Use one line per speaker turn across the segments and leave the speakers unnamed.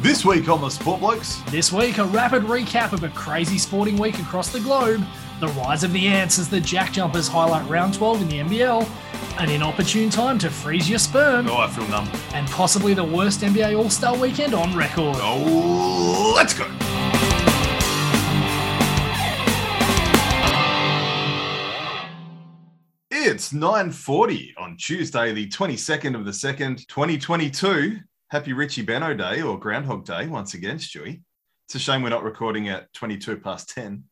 This week on the Sport Blokes,
This week, a rapid recap of a crazy sporting week across the globe, the rise of the ants as the Jack Jumpers highlight round 12 in the NBL, an inopportune time to freeze your sperm,
oh, I feel numb.
and possibly the worst NBA All Star weekend on record.
Oh, let's go. It's 9:40 on Tuesday, the 22nd of the 2nd, 2022. Happy Richie Benno Day or Groundhog Day once again, Stewie. It's a shame we're not recording at 22 past 10,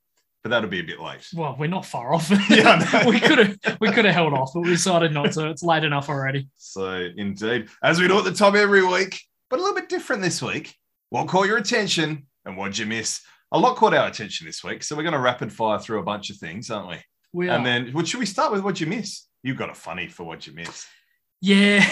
but that'll be a bit late.
Well, we're not far off.
Yeah, I know.
we could have we could have held off, but we decided not to. It's late enough already.
So, indeed, as we do at the top every week, but a little bit different this week. What caught your attention and what'd you miss? A lot caught our attention this week. So, we're going to rapid fire through a bunch of things, aren't we?
We
And
are-
then, well, should we start with what you miss? You've got a funny for what you miss.
yeah.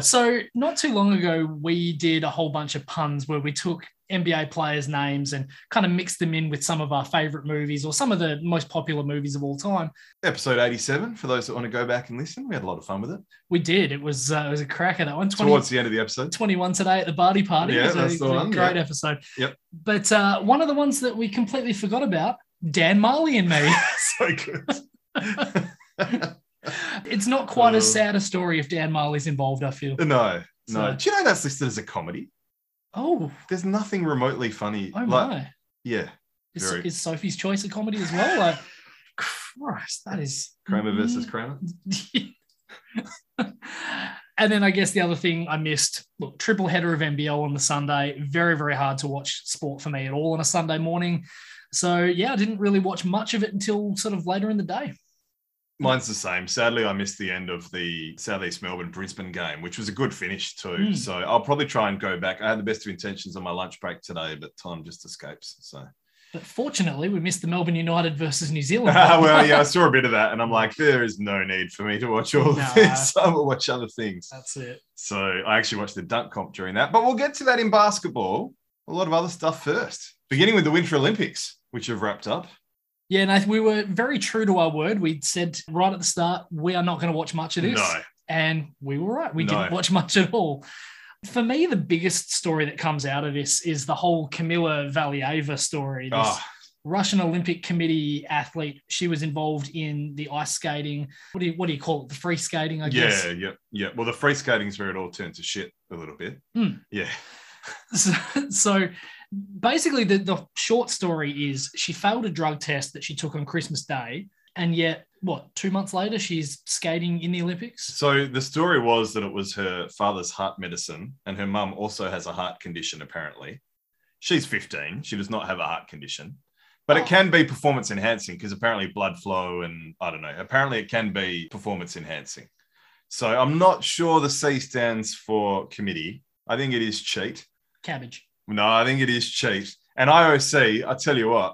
so not too long ago we did a whole bunch of puns where we took nba players names and kind of mixed them in with some of our favorite movies or some of the most popular movies of all time
Episode 87, for those that want to go back and listen, we had a lot of fun with it.
we did it was uh, it was a cracker that one 20
Towards the end of the episode.
21 today at the Barty Party.
Yeah,
It was a-
that's the
it was a
one,
Great
yeah.
episode.
Yep.
But uh, one of the ones that we completely forgot about, Dan Marley and me.
so good.
it's not quite as
Uh.
sad a story if Dan Marley's involved, I feel.
no, no.
So-
Do you know that's listed as a comedy?
Oh,
There's nothing remotely funny.
oh
like,
my.
yeah.
Is,
very-
is Sophie's Choice a comedy as well? Like, Christ, that is.
Kramer
Mm.
versus Kramer.
and then I guess the other thing I missed look, triple header of NBL on the Sunday. Very, very hard to watch sport for me at all on a Sunday morning. So, yeah, I didn't really watch much of it until sort of later in the day.
Mine's the same. Sadly, I missed the end of the Southeast Melbourne Brisbane game, which was a good finish too.
Mm.
So I'll probably try and go back. I had the best of intentions on my lunch break today, but time just escapes. So
But fortunately, we missed the Melbourne United versus New Zealand.
well, yeah, I saw a bit of that, and I'm like, there is no need for me to watch all
Nah.
of this. I will watch other things.
That's it.
So I actually watched the dunk comp during that, but we'll get to that in basketball. A lot of other stuff first, beginning with the Winter Olympics, which have wrapped up.
Yeah, Nathan, we were very true to our word. We said right at the start, we are not going to watch much of this.
No,
and we were right. We
No.
didn't watch much at all. For me, the biggest story that comes out of this is the whole Camila Valieva story. This
oh,
Russian Olympic Committee athlete. She was involved in the ice skating. What do you what do you call it? The free skating, I guess.
yeah, yeah, yeah. Well, the free skating's where it all turned to shit a little bit.
Mm.
Yeah.
So, so basically, the, the short story is she failed a drug test that she took on Christmas Day, and yet, what, two months later, she's skating in the Olympics?
So the story was that it was her father's heart medicine, and her mum also has a heart condition, apparently. She's 15. She does not have a heart condition, but
Oh.
it can be performance enhancing because apparently blood flow and I don't know. Apparently, it can be performance enhancing. So I'm not sure the C stands for committee. I think it is cheat.
Cabbage.
No, I think it is cheat. And IOC, I tell you what,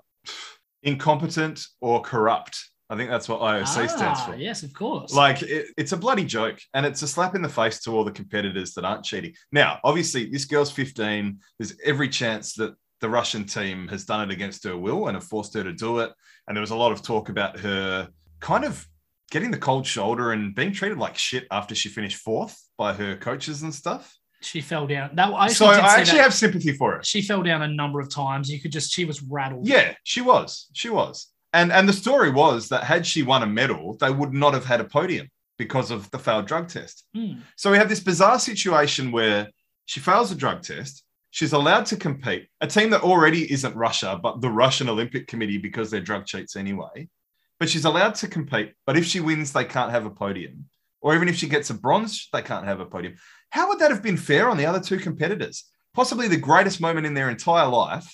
incompetent or corrupt. I think that's what IOC stands
Ah,
for.
Yes, of course.
Like it, it's a bloody joke, and it's a slap in the face to all the competitors that aren't cheating. Now, obviously, this girl's 15. There's every chance that the Russian team has done it against her will and have forced her to do it. And there was a lot of talk about her kind of getting the cold shoulder and being treated like shit after she finished fourth by her coaches and stuff.
she fell down. That I actually
so
did see
I actually
that.
have sympathy for her.
she fell down a number of times. You could just she was rattled.
Yeah, she was. She was. And and the story was that had she won a medal, they would not have had a podium because of the failed drug test.
Mm.
So we have this bizarre situation where she fails a drug test. She's allowed to compete. A team that already isn't Russia, but the Russian Olympic Committee because they're drug cheats anyway. But she's allowed to compete. But if she wins, they can't have a podium. Or even if she gets a bronze, they can't have a podium. How would that have been fair on the other two competitors? Possibly the greatest moment in their entire life,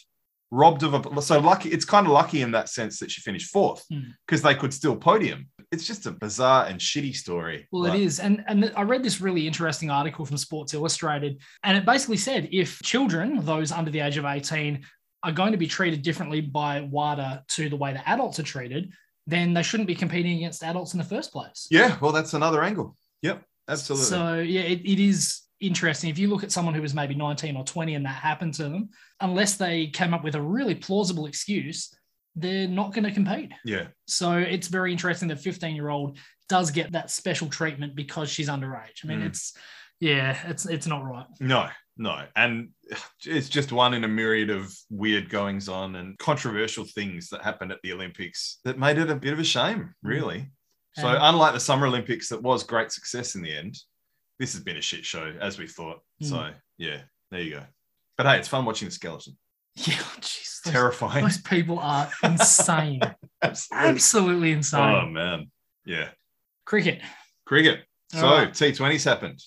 robbed of a. So lucky, it's kind of lucky in that sense that she finished fourth
Hmm.
because they could still podium. It's just a bizarre and shitty story.
Well,
Like-
it is, and and I read this really interesting article from Sports Illustrated, and it basically said if children, those under the age of eighteen, are going to be treated differently by WADA to the way that adults are treated, then they shouldn't be competing against adults in the first place.
Yeah, well, that's another angle. Yep, absolutely.
So yeah, it, it is interesting. If you look at someone who was maybe 19 or 20 and that happened to them, unless they came up with a really plausible excuse, they're not going to compete.
yeah,
So it's very interesting that 15 year old does get that special treatment because she's underage. I mean,
Mm.
it's yeah, it's it's not right.
No, no. And it's just one in a myriad of weird goings on and controversial things that happened at the Olympics that made it a bit of a shame,
Mm.
really. So,
And-
unlike the Summer Olympics, that was great success in the end, this has been a shit show, as we thought.
Mm.
So, yeah, there you go. But hey, it's fun watching the skeleton.
Yeah, jeez, those,
Terrifying.
those people are insane,
Absolutely.
absolutely insane.
Oh, man. Yeah.
Cricket.
Cricket.
All
So,
right.
T20s happened.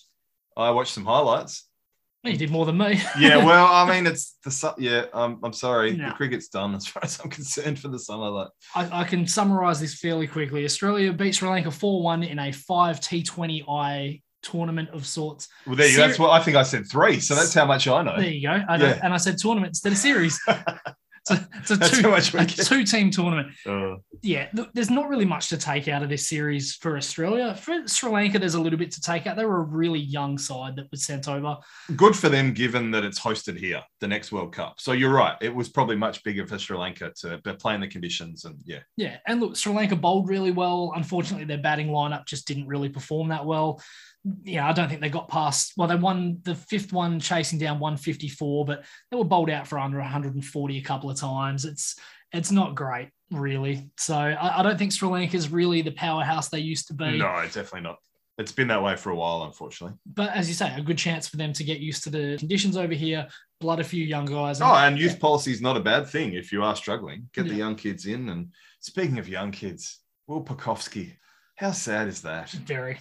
I watched some highlights.
Well, you did more than me.
yeah, well, I mean, it's the su- yeah. Um, I'm sorry,
No.
the cricket's done as far as I'm concerned for the summer. Like,
I, I can summarize this fairly quickly. Australia beat Sri Lanka 4 1 in a 5 T20I tournament of sorts.
well, there you. go.
Ser-
That's what I think I said three. So that's how much I know.
There you go. I know-
Uh, Yeah.
And I said tournament instead of series. it's a, it's a
That's how
two,
much we
a
get.
two team tournament.
Uh,
Yeah, th- there's not really much to take out of this series for Australia. For Sri Lanka, there's a little bit to take out. They were a really young side that was sent over.
good for them, given that it's hosted here, the next World Cup. So you're right. It was probably much bigger for Sri Lanka to but playing the conditions and yeah,
Yeah, and look, Sri Lanka bowled really well. Unfortunately, their batting lineup just didn't really perform that well. Yeah, I don't think they got past. Well, they won the fifth one, chasing down 154, but they were bowled out for under 140 a couple of times. It's it's not great, really. So I, I don't think Sri Lanka's really the powerhouse they used to be.
no, definitely not. It's been that way for a while, unfortunately.
But as you say, a good chance for them to get used to the conditions over here, blood a few young guys.
Oh, and youth policy is not a bad thing if you are struggling. Get the
Yeah.
young kids in. And speaking of young kids, Will Pekowski, how sad is that?
very.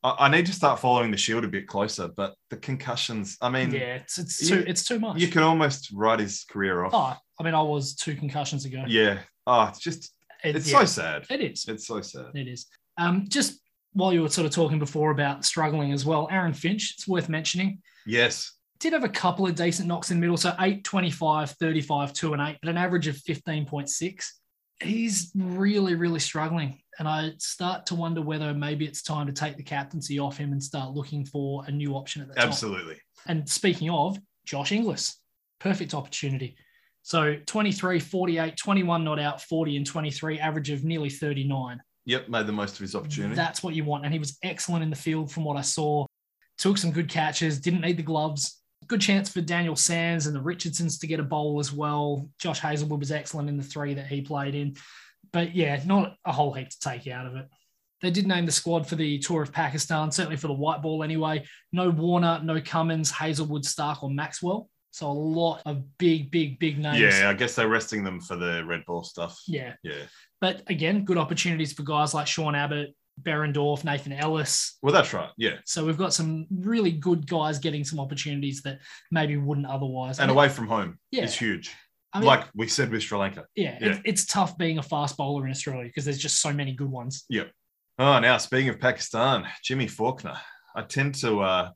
I, I need to start following the shield a bit closer, but the concussions, I mean,
yeah, it's, it's
you-
too it's too much.
you can almost write his career off.
oh, I mean, I was two concussions ago.
Yeah. Oh, it's just,
It-
it's
yeah,
so sad.
it is.
It's so sad.
It is. Um, just while you were sort of talking before about struggling as well, Aaron Finch, it's worth mentioning,
Yes.
did have a couple of decent knocks in middle, so 8, 25, 35, 2 and 8, but an average of 15.6. He's really, really struggling. And I start to wonder whether maybe it's time to take the captaincy off him and start looking for a new option at the top.
Absolutely.
And speaking of, Josh Inglis, perfect opportunity. So 23, 48, 21 not out, 40 and 23, average of nearly 39.
Yep. Made the most of his opportunity.
That's what you want. And he was excellent in the field from what I saw. Took some good catches, didn't need the gloves. Good chance for Daniel Sands and the Richardsons to get a bowl as well. Josh Hazelwood was excellent in the three that he played in. But yeah, not a whole heap to take out of it. They did name the squad for the tour of Pakistan, certainly for the white ball anyway. No Warner, no Cummins, Hazelwood, Stark, or Maxwell. So a lot of big, big, big names.
yeah. I guess they're resting them for the Red Bull stuff.
Yeah.
Yeah.
But again, good opportunities for guys like Sean Abbott, Berendorf, Nathan Ellis,
Well, that's right. Yeah.
So we've got some really good guys getting some opportunities that maybe wouldn't otherwise.
And away from home
yeah,
is huge.
I mean,
like we said with Sri Lanka.
yeah,
yeah.
It's, it's tough being a fast bowler in Australia because there's just so many good ones.
Oh, now speaking of Pakistan, Jimmy Faulkner. I tend to uh,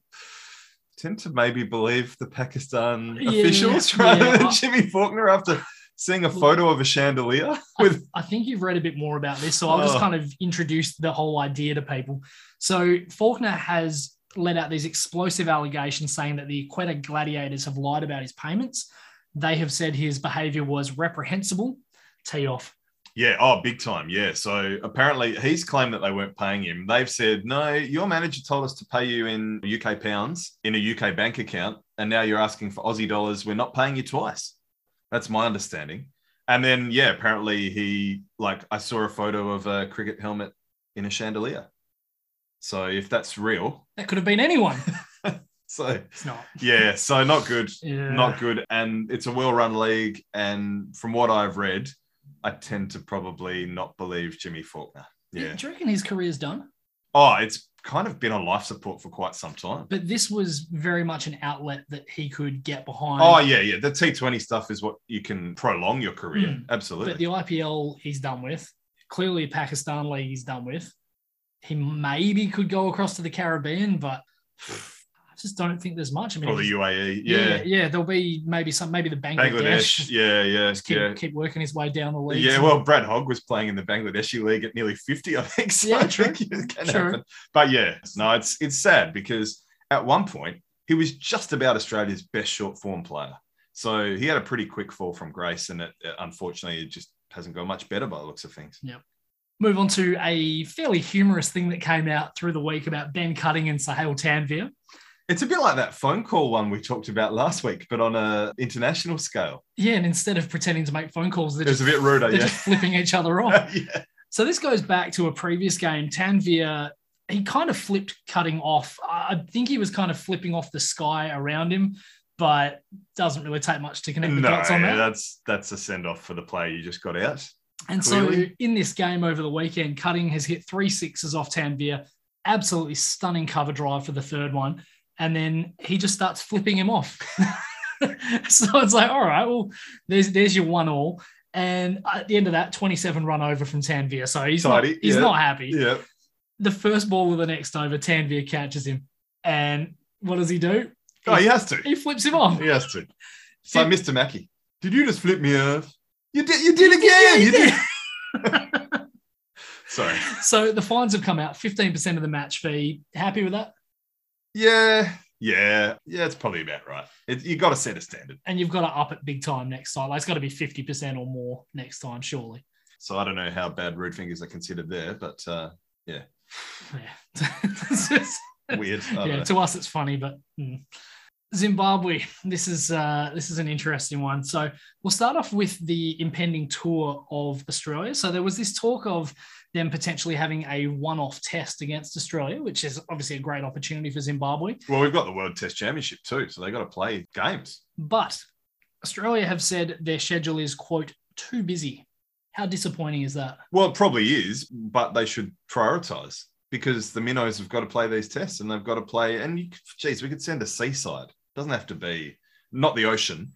tend to maybe believe the Pakistan
Yeah,
officials
yeah.
rather than
I-
Jimmy Faulkner after seeing a photo of a chandelier with
I think you've read a bit more about this, so I'll just
Oh.
kind of introduce the whole idea to people. So Faulkner has let out these explosive allegations saying that the Quetta Gladiators have lied about his payments. They have said his behaviour was reprehensible. Tee off.
yeah, oh, big time, yeah. So apparently he's claimed that they weren't paying him. They've said no, your manager told us to pay you in UK pounds in a UK bank account, and now you're asking for Aussie dollars. We're not paying you twice. That's my understanding. And then yeah, apparently he like I saw a photo of a cricket helmet in a chandelier. So if that's real,
That could have been anyone.
so
It's not.
yeah, so not good
Yeah.
not good. And it's a well-run league. And from what I've read, I tend to probably not believe Jimmy Faulkner. Yeah.
Do you reckon his career's done?
Oh, it's kind of been on life support for quite some time.
but this was very much an outlet that he could get behind.
Oh yeah, yeah. The T Twenty stuff is what you can prolong your career.
Mm.
Absolutely.
But the IPL he's done with. Clearly, Pakistan league he's done with. He maybe could go across to the Caribbean, but I just don't think there's much. I mean,
or the
he's-
UAE. Yeah.
yeah, there'll be maybe some, maybe the Bangladesh.
Bangladesh. Yeah, yeah,
Just keep,
yeah.
keep working his way down the league.
Yeah, well, Brad Hogg was playing in the Bangladeshi league at nearly 50, I think. So
Yeah,
I
true.
think it can
True.
happen. But yeah, no, it's it's sad because at one point he was just about Australia's best short form player. So he had a pretty quick fall from grace, and it, it- unfortunately it just hasn't gone much better by the looks of things.
Move on to a fairly humorous thing that came out through the week about Ben Cutting and Sahel Tanvir.
It's a bit like that phone call one we talked about last week, but on a international scale.
Yeah, and instead of pretending to make phone calls, they're,
It was
just,
a bit ruder,
they're
yeah.
just flipping each other off.
yeah.
So this goes back to a previous game. Tanvir, he kind of flipped cutting off. I I think he was kind of flipping off the sky around him, but doesn't really take much to connect the
No,
dots on that.
that's that's a send off for the player you just got out.
and so
clearly.
in this game over the weekend, Cutting has hit three sixes off Tanvir. Absolutely stunning cover drive for the third one. And then he just starts flipping him off. so it's like, all right, well, there's there's your one all. And at the end of that, 27 run over from Tanvir. So he's, not,
Tidy,
he's
yeah.
not happy.
Yeah.
the first ball of the next over, Tanvir catches him. And what does he do?
Oh, he has to.
He flips him off.
He has to. It's like Mr. Mackey. Did you just flip me off? You did. You did
You did-
again.
you
You did. Sorry.
So the fines have come out, 15% of the match fee. Happy with that?
Yeah. Yeah. Yeah. It's probably about right. It, you got to set a standard.
And you've got to up it big time next time. Like it's got to be 50% or more next time, surely.
So I don't know how bad rude fingers are considered there, but uh,
Yeah. It's just-
weird. I don't
yeah,
know.
to us it's funny, but mm. Zimbabwe. This is uh, this is an interesting one. So we'll start off with the impending tour of Australia. So there was this talk of them potentially having a one-off test against Australia, which is obviously a great opportunity for Zimbabwe.
Well, we've got the World Test Championship too, so they got to play games.
But Australia have said their schedule is quote too busy. How disappointing is that?
Well, it probably is, but they should prioritize because the minnows have got to play these tests and they've got to play. And you, geez, we could send a seaside. doesn't have to be not the ocean,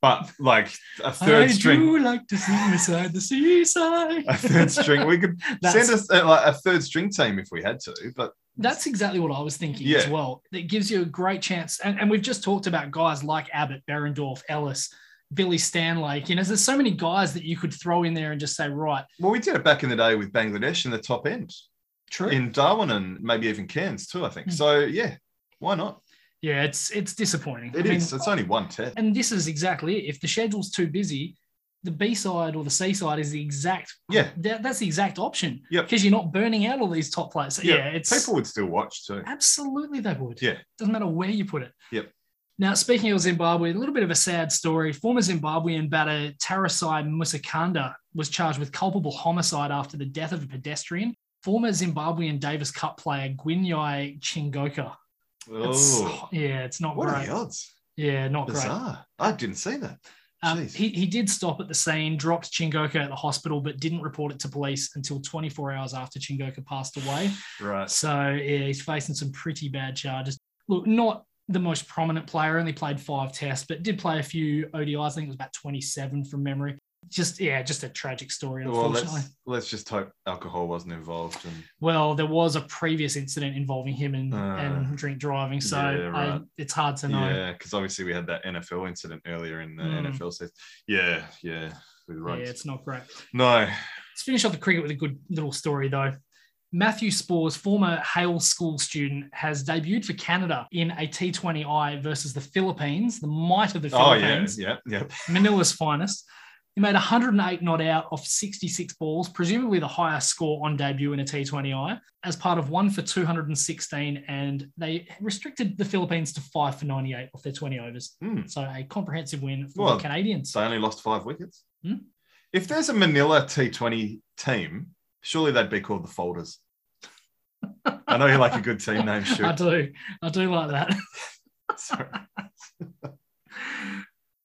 but like a third
I
string.
do like to sing beside the seaside.
A third string. We could
That's-
send us uh, like a third string team if we had to, but
That's exactly what I was thinking as
Yeah.
well. That gives you a great chance. And, and we've just talked about guys like Abbott, Berendorf, Ellis, Billy Stanlake. You know, there's so many guys that you could throw in there and just say, right,
well, we did it back in the day with Bangladesh in the top end
true.
in Darwin and maybe even Cairns too. I think
Mm.
so. Yeah, why not?
yeah, it's it's disappointing.
It is.
I mean,
It's only one test.
and this is exactly it. If the schedule's too busy, the B side or the C side is the exact
Yeah.
that, that's the exact option.
Yep.
Because you're not burning out all these top players. So,
Yeah.
yeah, it's
People would still watch too.
Absolutely, they would.
Yeah.
Doesn't matter where you put it.
Yep.
Now, speaking of Zimbabwe, a little bit of a sad story. Former Zimbabwean batter Tarasai Musakanda was charged with culpable homicide after the death of a pedestrian. Former Zimbabwean Davis Cup player Gwinyai Chingoka. It's-
Oh,
yeah, it's not
what are
great.
the odds?
Yeah, not Oh, great.
Bizarre. I didn't see that.
Um,
Jeez.
he, he did stop at the scene, dropped Chingoka at the hospital, but didn't report it to police until 24 hours after Chingoka passed away.
Right.
So yeah, he's facing some pretty bad charges. Look, not the most prominent player, only played five tests, but did play a few ODIs. I think it was about 27 from memory. Just yeah, just a tragic story,
Well,
unfortunately.
let's let's just hope alcohol wasn't involved. And
well, there was a previous incident involving him and,
Uh,
and drink driving, so
yeah,
I,
right.
it's hard to know.
yeah, because obviously we had that NFL incident earlier in the
Mm.
NFL season. Yeah, yeah, with
Yeah,
rugs.
it's not great.
No,
Let's finish off the cricket with a good little story, though. Matthew Spores, former Hale School student, has debuted for Canada in a T20I versus the Philippines, the might of the
oh yeah,
Philippines.
yeah, yeah.
Manila's finest. He made 108 not out off 66 balls, presumably the highest score on debut in a T20I, as part of one for 216. And they restricted the Philippines to five for 98 off their 20 overs.
Hmm.
So a comprehensive win for
Well,
the Canadians.
So they only lost five wickets.
Hmm.
If there's a Manila T20 team, surely they'd be called the Folders. I know you like a good team name,
I
shoot.
do. I do like that.
Sorry.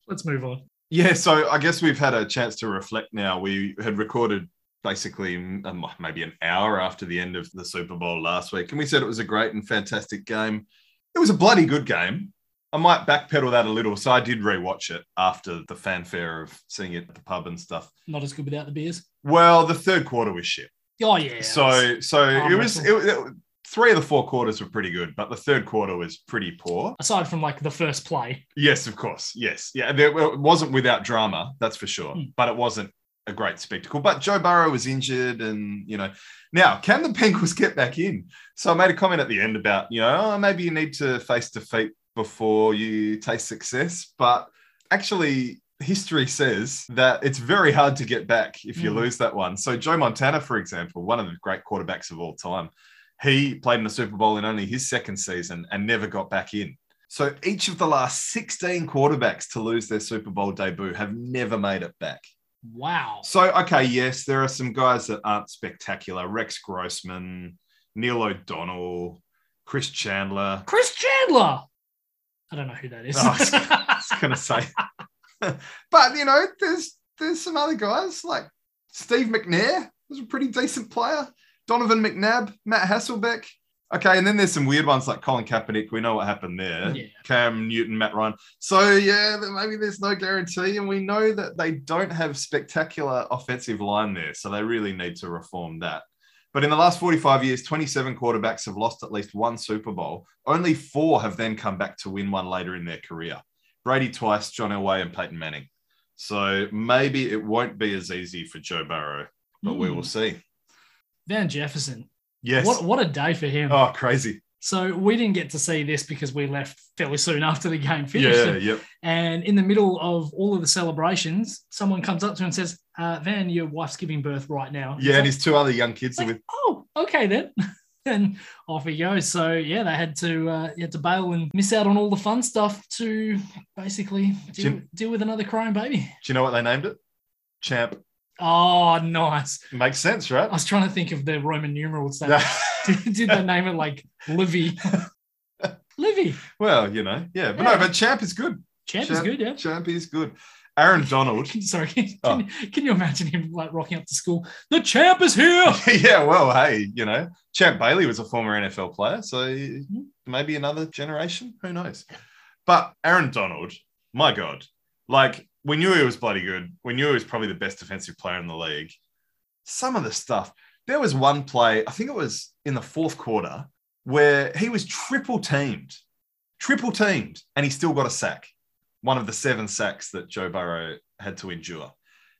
Let's move on.
Yeah, so I guess we've had a chance to reflect now. We had recorded basically um, maybe an hour after the end of the Super Bowl last week, and we said it was a great and fantastic game. It was a bloody good game. I might backpedal that a little. So I did rewatch it after the fanfare of seeing it at the pub and stuff.
Not as good without the beers.
Well, the third quarter was shit.
Oh, yeah.
so so it
arm
was it,
wrestle.
it- three of the four quarters were pretty good, but the third quarter was pretty poor.
Aside from like the first play,
Yes, of course. Yes. Yeah. There, well, it wasn't without drama, that's for sure,
Hmm.
but it wasn't a great spectacle. But Joe Burrow was injured, and, you know, now can the Penguins get back in? So I made a comment at the end about, you know, oh, maybe you need to face defeat before you taste success. But actually, history says that it's very hard to get back if you
Hmm.
lose that one. So Joe Montana, for example, one of the great quarterbacks of all time, He played in the Super Bowl in only his second season and never got back in. So each of the last 16 quarterbacks to lose their Super Bowl debut have never made it back.
Wow.
So, okay, yes, there are some guys that aren't spectacular Rex Grossman, Neil O'Donnell, Chris Chandler.
Chris Chandler. I don't know who that is.
Oh, I was gonna- going to say. but you know, there's there's some other guys like Steve McNair was a pretty decent player. Donovan McNabb, Matt Hasselbeck. Okay, and then there's some weird ones like Colin Kaepernick. We know what happened there.
Yeah.
Cam Newton, Matt Ryan. So yeah, th- maybe there's no guarantee, and we know that they don't have spectacular offensive line there, so they really need to reform that. But in the last 45 years, 27 quarterbacks have lost at least one Super Bowl. Only four have then come back to win one later in their career. Brady twice, John Elway, and Peyton Manning. So maybe it won't be as easy for Joe Burrow, but we
Hmm.
will see.
Van Jefferson.
Yes.
What what a day for him.
Oh, crazy.
So we didn't get to see this because we left fairly soon after the game finished.
Yeah, yep.
And in the middle of all of the celebrations, someone comes up to him and says, uh, Van, your wife's giving birth right now.
Yeah, and
It's
his two other young kids are with.
like, like, oh, okay then. and off he goes. So yeah, they had to uh, he had to bail and miss out on all the fun stuff to basically deal,
Jim-
deal with another crying baby.
Do you know what they named it? Champ.
Oh, nice.
Makes sense, right?
I was trying to think of the Roman numerals. That,
Yeah.
did, did they name it like Livy? Livy.
well, you know, yeah. But no,
Yeah.
but Champ is good.
Champ is
Champ-
good, yeah.
Champ is good. Aaron Donald.
Sorry, can, can-
Oh.
can you imagine him like rocking up to school? The champ is here.
yeah, well, hey, you know, Champ Bailey was a former NFL player, so maybe another generation, who knows? But Aaron Donald, my God, like we knew he was bloody good. We knew he was probably the best defensive player in the league. Some of the stuff, there was one play, I think it was in the fourth quarter, where he was triple teamed, triple teamed, and he still got a sack, one of the seven sacks that Joe Burrow had to endure.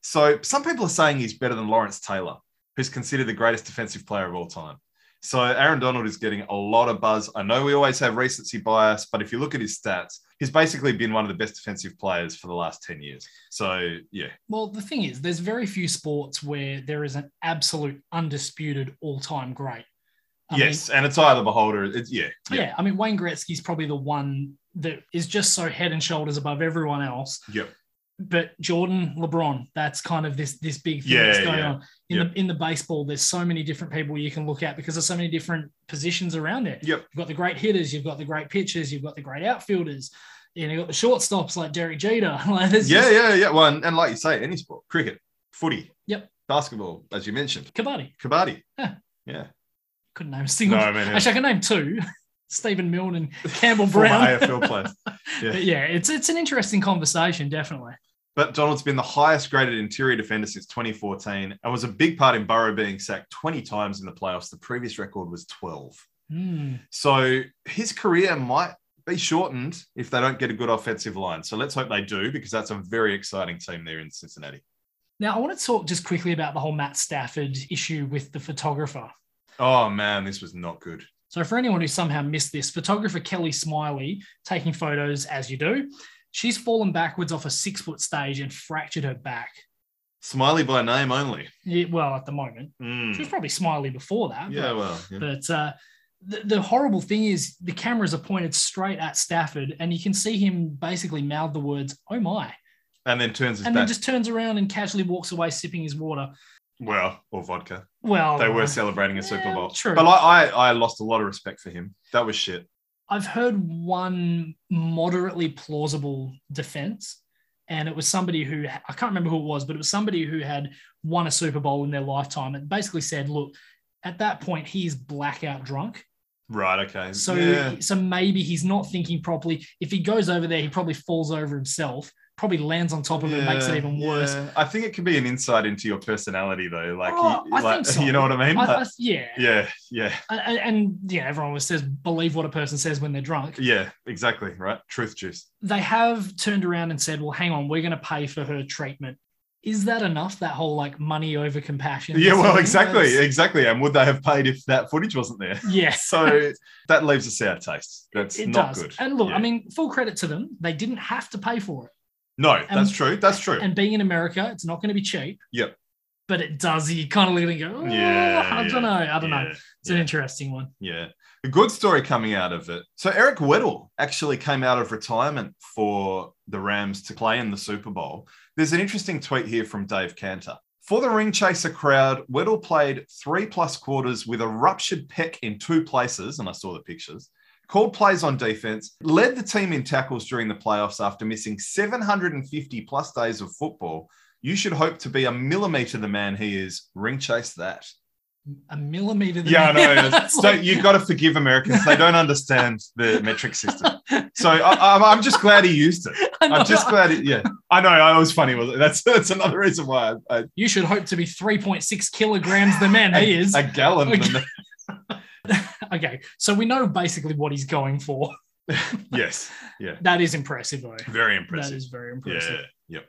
So some people are saying he's better than Lawrence Taylor who's considered the greatest defensive player of all time. So Aaron Donald is getting a lot of buzz. I know we always have recency bias, but if you look at his stats, he's basically been one of the best defensive players for the last 10 years. So yeah,
Well, the thing is, there's very few sports where there is an absolute undisputed all-time great. I
yes. and it's either beholder. It's, yeah,
mean, yeah. I mean, Wayne Gretzky's probably the one that is just so head and shoulders above everyone else.
Yep.
But Jordan, LeBron, that's kind of this this big thing
Yeah,
that's going
yeah.
on in the in the baseball. There's so many different people you can look at because there's so many different positions around it.
Yep.
You've got the great hitters, you've got the great pitchers, you've got the great outfielders, and you've got the shortstops like Derek Jeter. like, there's
Yeah,
just-
yeah, yeah. Well, and, and like you say, any sport, cricket, footy,
Yep.
basketball, as you mentioned,
Kabaddi.
kabaddi.
Yeah.
Yeah.
Couldn't name a
No,
single.
I mean,
Actually, I can name two: Stephen Milne and Campbell
former
Brown.
AFL players. yeah.
But yeah, it's it's an interesting conversation, definitely.
But Donald's been the highest graded interior defender since 2014 and was a big part in Burrow being sacked 20 times in the playoffs. The previous record was 12.
Hmm.
So his career might be shortened if they don't get a good offensive line. So let's hope they do because that's a very exciting team there in Cincinnati.
Now, I want to talk just quickly about the whole Matt Stafford issue with the photographer.
Oh man, this was not good.
So, for anyone who somehow missed this, photographer Kelly Smiley, taking photos as you do, she's fallen backwards off a six foot stage and fractured her back.
Smiley by name only.
Yeah, well, at the moment,
Mm.
she was probably Smiley before that.
Yeah, well, yeah.
But uh, the, the horrible thing is the cameras are pointed straight at Stafford, and you can see him basically mouth the words, oh my,
and then turns his
and
back.
then just turns around and casually walks away sipping his water.
well, or vodka.
Well,
They were celebrating a Super
Oh, Yeah,
Bowl.
true.
But I, I, I lost a lot of respect for him. That was shit.
I've heard one moderately plausible defense, and it was somebody who I can't remember who it was, but it was somebody who had won a Super Bowl in their lifetime and basically said, look, at that point, he's blackout drunk.
Right. Okay.
So,
yeah.
so maybe he's not thinking properly. If he goes over there, he probably falls over himself, probably lands on top of it, makes it
Yeah,
even worse.
yeah. I think it can be an insight into your personality, though. Like,
Oh,
you,
I
like,
think so.
you know what I mean?
I,
Like,
I, yeah.
yeah, yeah,
And, and- and, yeah, everyone always says, believe what a person says when they're drunk.
yeah, exactly. Right. Truth juice.
They have turned around and said, well, hang on, we're going to pay for her treatment. Is that enough? That whole like money over compassion.
Yeah, well,
thing?
exactly,
That's-
exactly. And would they have paid if that footage wasn't there?
Yes.
So that leaves a sour taste. That's
It
not
does.
good.
And look,
Yeah.
I mean, full credit to them. They didn't have to pay for it.
no, that's
and-
true. That's true.
And being in America, it's not going to be cheap.
Yep.
but it does. You kind of look and go, oh,
Yeah,
I
yeah,
don't know. I don't know.
Yeah,
It's an
yeah.
interesting one.
Yeah. A good story coming out of it. So Eric Weddle actually came out of retirement for the Rams to play in the Super Bowl. There's an interesting tweet here from Dave Cantor. For the ring chaser crowd, Weddle played three plus quarters with a ruptured pec in two places, and I saw the pictures. Called plays on defense, led the team in tackles during the playoffs after missing 750 plus days of football. You should hope to be a millimeter the man he is. Ring chase that.
A millimeter. than-
Yeah, I know. yeah.
That's
so
like-
you got to forgive Americans; they don't understand the metric system. So I, I'm, I'm just glad he used it.
I know.
I'm just glad. He, yeah, I know. I was funny. Was it? That's that's another reason why I, I,
you should hope to be 3.6 kilograms the man he is.
a gallon.
Okay.
than-
Okay, so we know basically what he's going for.
yes,
That is impressive, though.
very
That
impressive.
is very
Yeah,
impressive.
yep.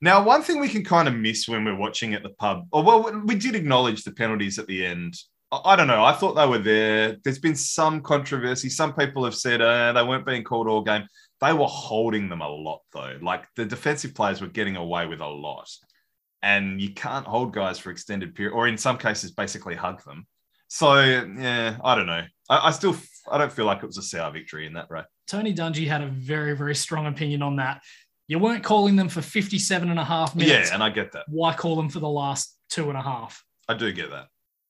Now, one thing we can kind of miss when we're watching at the pub, or well, we did acknowledge the penalties at the end. I- I don't know. I thought they were there. There's been some controversy. Some people have said uh, they weren't being called all game. They were holding them a lot, though. Like the defensive players were getting away with a lot. And you can't hold guys for extended period, or in some cases, basically hug them. So, yeah, I don't know. I, I still, I don't feel like it was a sour victory in that way.
Tony Dungy had a very, very strong opinion on that. You weren't calling them for 57 and a half minutes.
Yeah, and I get that.
Why call them for the last two and a half?
I do get that.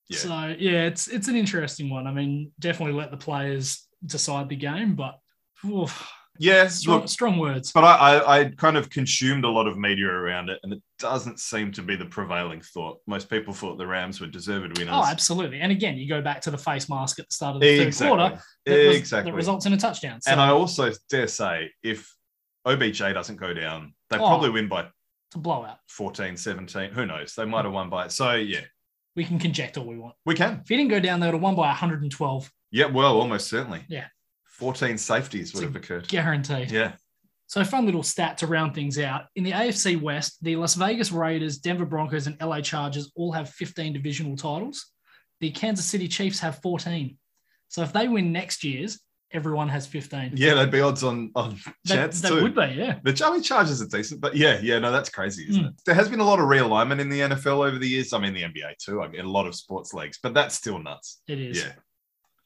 Yeah.
So yeah, it's it's an interesting one. I mean, definitely let the players decide the game, but oof,
Yes,
strong,
look,
strong words.
but I, I, I kind of consumed a lot of media around it, and it doesn't seem to be the prevailing thought. Most people thought the Rams were deserved winners.
Oh, absolutely. And again, you go back to the face mask at the start of the
exactly,
third quarter. that res-
exactly.
That results in a touchdown. So
and I also dare say, if OBJ doesn't go down, they
Oh.
probably win by
it's a blowout.
14, 17. Who knows? They might have won by it. So yeah,
We can conjecture all we want.
we can.
If he didn't go down, they would have won by 112,
Yeah, well, almost certainly.
Yeah.
fourteen safeties would
It's a-
have occurred.
guaranteed.
Yeah,
So, fun little stat to round things out. In the AFC West, the Las Vegas Raiders, Denver Broncos, and LA Chargers all have 15 divisional titles. The Kansas City Chiefs have 14. So, if they win next year's, everyone has 15.
yeah, they'd be odds on on
That-
chance
that,
too.
would be, yeah.
The Charlie Chargers are decent, but yeah, yeah, no, that's crazy,
Hmm.
isn't it? There has been a lot of realignment in the NFL over the years. I mean, the NBA too, I mean, a lot of sports leagues, but that's still nuts.
It is.
Yeah.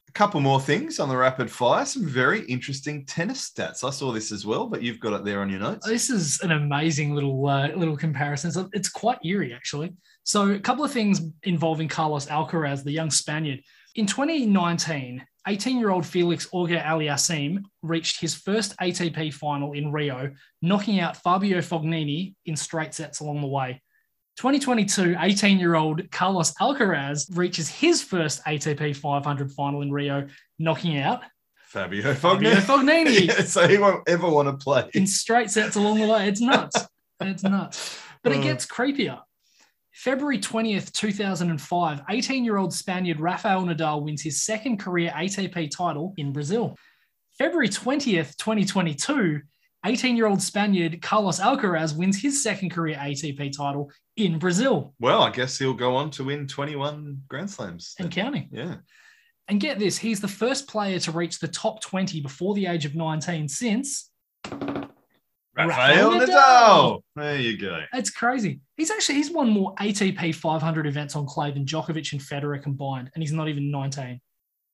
A couple more things on the rapid fire. Some very interesting tennis stats. I saw this as well, but you've got it there on your notes.
This is an amazing little uh, little comparison. So it's quite eerie, actually. So a couple of things involving Carlos Alcaraz, the young Spaniard. In 2019, 18-year-old Felix Auger Aliassime reached his first ATP final in Rio, knocking out Fabio Fognini in straight sets along the way. 2022, 18-year-old Carlos Alcaraz reaches his first ATP 500 final in Rio, knocking out
Fabio
Fabio
Fognini.
Fognini
Yeah, so he won't ever want to play.
in straight sets along the way. It's nuts. it's nuts. But it
Uh.
gets creepier. February 20th, 2005, 18 year old Spaniard Rafael Nadal wins his second career ATP title in Brazil. February 20th, 2022, 18 year old Spaniard Carlos Alcaraz wins his second career ATP title in Brazil
Hmm. Well, I guess he'll go on to win 21 Grand Slams.
and counting.
Yeah.
And get this, he's the first player to reach the top 20 before the age of 19 since
Rafael
Rafael
Nadal. There you go.
It's crazy. He's actually he's won more ATP 500 events on clay than Djokovic and Federer combined, and he's not even 19.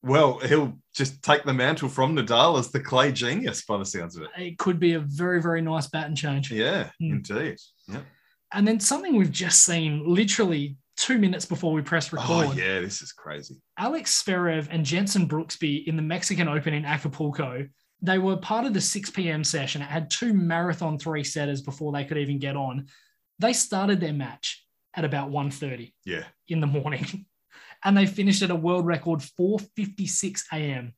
Well, he'll just take the mantle from Nadal as the clay genius by the sounds of it.
It could be a very very nice baton change.
Yeah,
Mm.
indeed. Yeah.
And then something we've just seen literally two minutes before we press record.
Oh, yeah, this is crazy.
Alex Zverev and Jensen Brooksby in the Mexican Open in Acapulco. They were part of the 6 p.m. session. It had two marathon three setters before they could even get on. They started their match at about 1:30.
Yeah.
in the morning and they finished at a world record 4:56 a.m.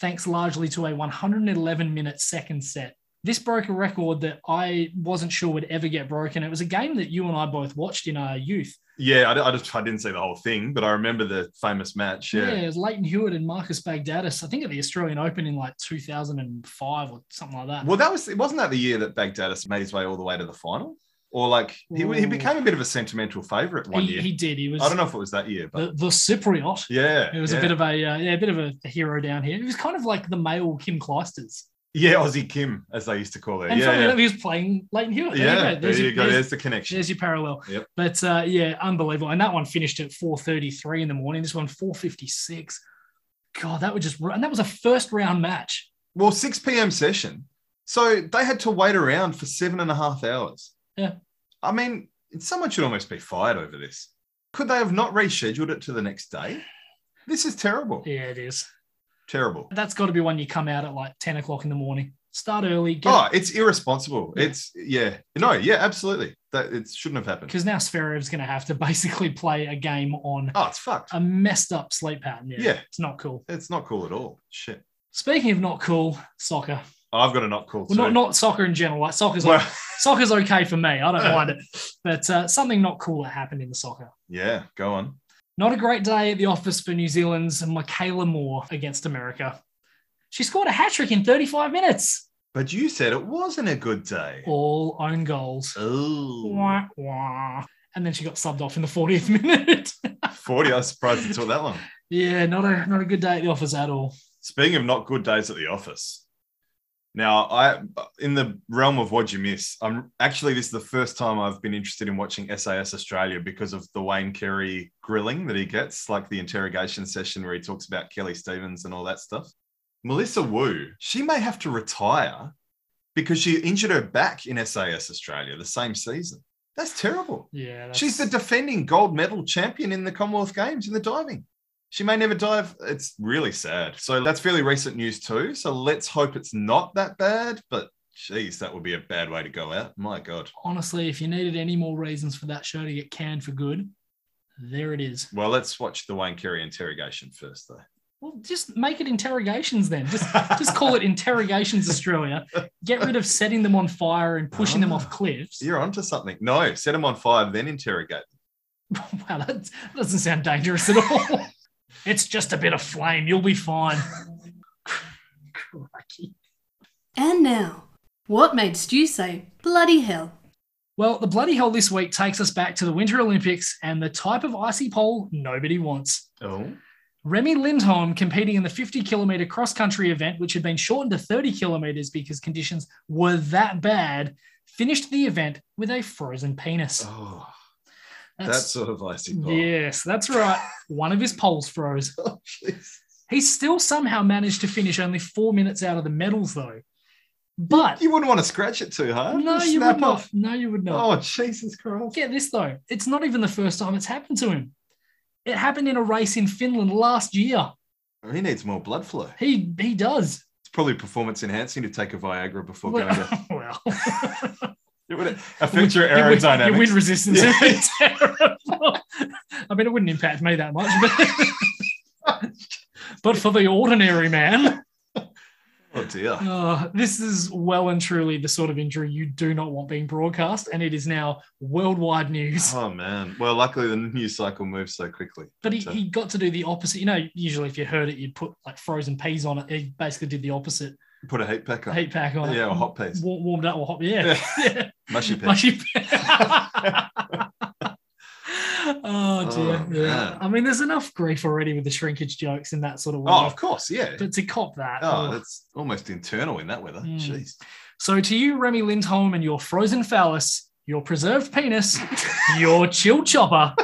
thanks largely to a 111 minute second set. This broke a record that I wasn't sure would ever get broken. It was a game that you and I both watched in our youth.
Yeah, I, d- I just I didn't see the whole thing, but I remember the famous match. Yeah.
it was Leighton Hewitt and Marcus Baghdadis, I think at the Australian Open in like 2005 or something like that.
Well, that was wasn't that the year that Baghdadis made his way all the way to the final, or like he, he
Ooh.
became a bit of a sentimental favorite one
he,
year.
he did. He was
I don't know if it was that year, but
the, the Cypriot.
yeah,
It was
yeah.
a bit of a uh, yeah, a bit of a hero down here. He was kind of like the male Kim Clijsters.
Yeah, Aussie Kim, as they used to call her.
And
yeah,
funny
yeah.
enough, he was playing Leighton Hewitt. There
yeah.
you go.
There
There's
you
your-
go.
there's-
There's the connection.
There's your parallel.
Yep.
But uh, yeah, unbelievable. And that one finished at 4.33 in the morning. This one, 4.56. God, that would just, and that was a first round match.
Well, 6 p.m. session. So they had to wait around for seven and a half hours.
Yeah.
I mean, someone should almost be fired over this. Could they have not rescheduled it to the next day? This is terrible.
Yeah, it is.
Terrible.
That's got to be one you come out at like 10 o'clock in the morning. Start early.
Oh, it's irresponsible.
Yeah.
It's yeah. No, yeah, absolutely. That it shouldn't have happened.
Because now Sverev's going to have to basically play a game on
Oh, it's fucked.
a messed up sleep pattern. Yeah.
Yeah.
It's not cool.
It's not cool at all. Shit.
Speaking of not cool, soccer.
I've got a not cool.
Well, not,
too.
not soccer in general. Like soccer's,
Well,
soccer's okay for me. I don't mind it. But uh, something not cool that happened in the soccer.
yeah, go on.
Not a great day at the office for New Zealand's Michaela Moore against America. She scored a hat trick in 35 minutes,
But you said it wasn't a good day.
all own goals.
Oh,
Wah, wah. And then she got subbed off in the 40th minute.
40. I was surprised it took that long.
yeah, not a not a good day at the office at all.
Speaking of not good days at the office. Now, I in the realm of what you miss, I'm actually this is the first time I've been interested in watching SAS Australia because of the Wayne Carey grilling that he gets, like the interrogation session where he talks about Kelly Stevens and all that stuff. Melissa Wu, she may have to retire because she injured her back in SAS Australia the same season. That's terrible.
Yeah, that's,
She's the defending gold medal champion in the Commonwealth Games in the diving. She may never dive. It's really sad. So that's fairly recent news too. So let's hope it's not that bad. But geez, that would be a bad way to go out. My God.
honestly, if you needed any more reasons for that show to get canned for good, there it is.
Well, let's watch the Wayne Carey interrogation first, though.
Well, just make it interrogations then. Just just call it interrogations Australia. Get rid of setting them on fire and pushing them
Ah.
off cliffs.
You're onto something. No, set them on fire, then interrogate.
Wow, that doesn't sound dangerous at all. it's just a bit of flame. You'll be fine. Crikey.
And now, what made Stu say, bloody hell?
Well, the bloody hell this week takes us back to the Winter Olympics and the type of icy pole nobody wants.
Oh.
Remy Lindholm competing in the 50 kilometer cross country event, which had been shortened to 30 kilometers because conditions were that bad, finished the event with a frozen penis.
Oh, that sort of icy pole.
yes, that's right. One of his poles froze.
Oh, jeez.
He still somehow managed to finish only four minutes out of the medals, though. But
you wouldn't want to scratch it too hard.
no,
It'll
you
snap
would not.
off.
No, you would not.
Oh, Jesus Christ.
Get this, though. It's not even the first time it's happened to him. It happened in a race in Finland last year.
He needs more blood flow.
He he does.
It's probably performance enhancing to take a Viagra before
Well,
going to.
well.
It would affect your
Your wind- Your wind
aerodynamics.
resistance
Yeah.
is terrible. I mean, it wouldn't impact me that much, but, but for the ordinary man.
Oh dear.
Uh, this is well and truly the sort of injury you do not want being broadcast, and it is now worldwide news.
Oh man. Well, luckily the news cycle moves so quickly.
But he, he got to do the opposite. You know, usually if you heard it, you'd put like frozen peas on it. He basically did the opposite.
Put a heat pack on.
Heat pack on it.
Yeah, or hot peas.
Wa- warmed up or hot. Yeah. yeah.
Mushy pack.
Mushy pe- oh dear.
Oh,
yeah.
man.
I mean, there's enough grief already with the shrinkage jokes and that sort of
Oh,
world.
of course. Yeah.
But to cop that.
Oh,
ugh.
that's almost internal in that weather.
Mm.
Jeez.
So to you, Remy Lindholm, and your frozen phallus, your preserved penis, your chill chopper,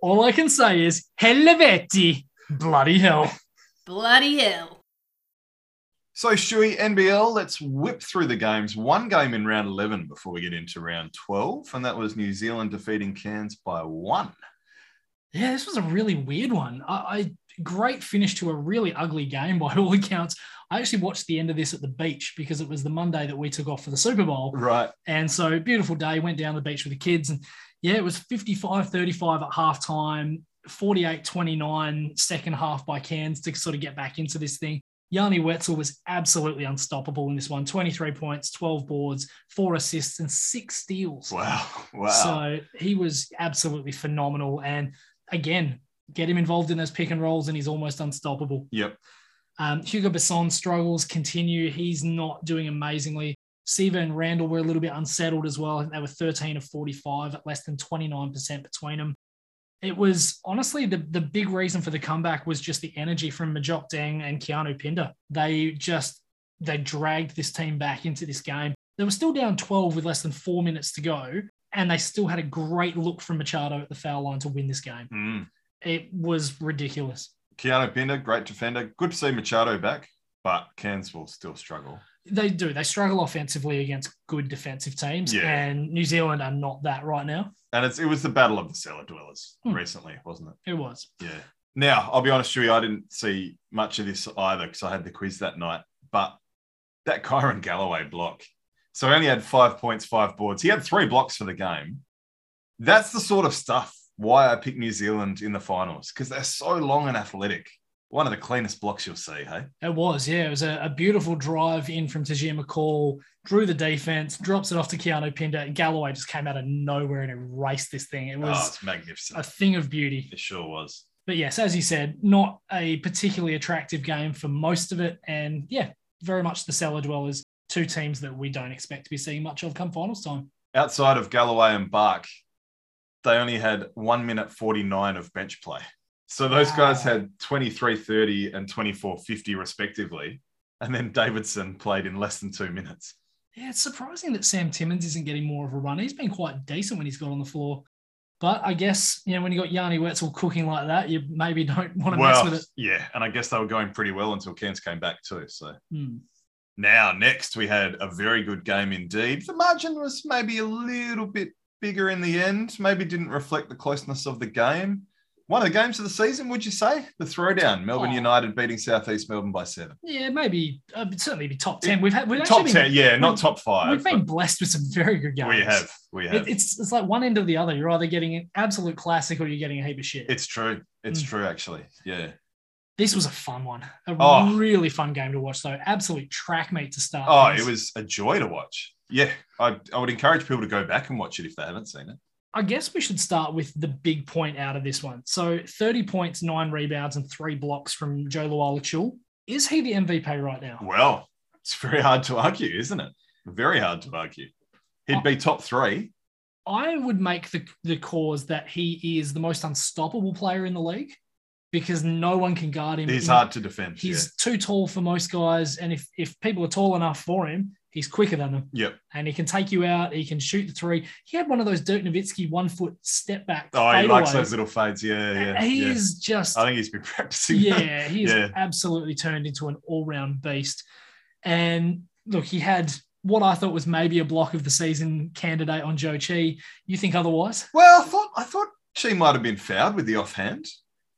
all I can say is Helvetti, bloody hell.
Bloody hell.
So, Shui, NBL, let's whip through the games. One game in round 11 before we get into round 12, and that was New Zealand defeating Cairns by one.
Yeah, this was a really weird one. I, I great finish to a really ugly game by all accounts. I actually watched the end of this at the beach because it was the Monday that we took off for the Super Bowl.
Right.
And so beautiful day, went down the beach with the kids. And yeah, it was 55 35 at halftime, 48 29 second half by Cairns to sort of get back into this thing. Yanni Wetzel was absolutely unstoppable in this one 23 points, 12 boards, four assists, and six steals.
Wow. Wow.
So he was absolutely phenomenal. And again, get him involved in those pick and rolls, and he's almost unstoppable.
yep.
Um, Hugo Besson's struggles continue. He's not doing amazingly. Siva and Randall were a little bit unsettled as well. I think they were 13 of 45 at less than 29% between them. It was honestly the, the big reason for the comeback was just the energy from Majok Deng and Keanu Pinder. They just They dragged this team back into this game. They were still down 12 with less than four minutes to go, and they still had a great look from Machado at the foul line to win this game.
Mm.
It was ridiculous.
Keanu Pinder, great defender. Good to see Machado back, but Cairns will still struggle.
They do. They struggle offensively against good defensive teams,
Yeah.
and New Zealand are not that right now.
And it's, it was the battle of the cellar dwellers
Hmm.
recently, wasn't it?
It was.
Yeah. Now, I'll be honest, Stewie, I didn't see much of this either because I had the quiz that night, but that Kyron Galloway block. So he only had five points, five boards. He had three blocks for the game. That's the sort of stuff why I picked New Zealand in the finals because they're so long and athletic. One of the cleanest blocks you'll see, hey?
It was, yeah. It was a, a beautiful drive in from Tajir McCall, drew the defense, drops it off to Keanu Pinder. and Galloway just came out of nowhere and erased this thing. It
oh,
was
it's magnificent.
a thing of beauty.
it sure was.
But yes, as you said, not a particularly attractive game for most of it. And yeah, very much the cellar dwellers, two teams that we don't expect to be seeing much of come finals time.
Outside of Galloway and Bark, they only had one minute 49 of bench play. So those
Wow.
guys had 23.30 and 24.50 respectively. And then Davidson played in less than two minutes.
Yeah, it's surprising that Sam Timmins isn't getting more of a run. He's been quite decent when he's got on the floor. But I guess, you know, when you got Yanni Wetzel cooking like that, you maybe don't want to mess with it.
yeah. And I guess they were going pretty well until Cairns came back too. So
Hmm.
now, next, we had a very good game indeed. The margin was maybe a little bit bigger in the end, maybe didn't reflect the closeness of the game. One of the games of the season, would you say? The throwdown, Melbourne
Oh.
United beating Southeast Melbourne by seven.
Yeah, maybe uh, but certainly be top ten. We've had we've
top
actually been,
ten, yeah, not
we've-
top five.
we've been blessed with some very good
but
games.
we have, we have.
It, it's it's like one end or the other. You're either getting an absolute classic or you're getting a heap of shit.
it's true. It's
Mm.
true, actually. Yeah.
this was a fun one, a
Oh.
really fun game to watch though. Absolute track meet to start.
Oh,
things.
it was a joy to watch. Yeah, I, I would encourage people to go back and watch it if they haven't seen it.
I guess we should start with the big point out of this one. So 30 points, nine rebounds, and three blocks from Joe Luala Chul. Is he the MVP right now?
Well, it's very hard to argue, isn't it? Very hard to argue. He'd be top three.
I would make the, the cause that he is the most unstoppable player in the league because no one can guard him.
He's
in-
hard to defend.
He's too tall for most guys, and if if people are tall enough for him, he's quicker than them,
yeah. Yep.
and he can take you out. He can shoot the three. He had one of those Dirk Nowitzki one foot step back.
Oh, he likes
fadeaways.
those little fades. Yeah, yeah.
he
yeah.
is just
I think he's been practicing. that.
yeah, he is
Yeah.
absolutely turned into an all round beast. And look, he had what I thought was maybe a block of the season candidate on Joe Chi. You think otherwise?
Well, I thought I thought she might have been fouled with the offhand.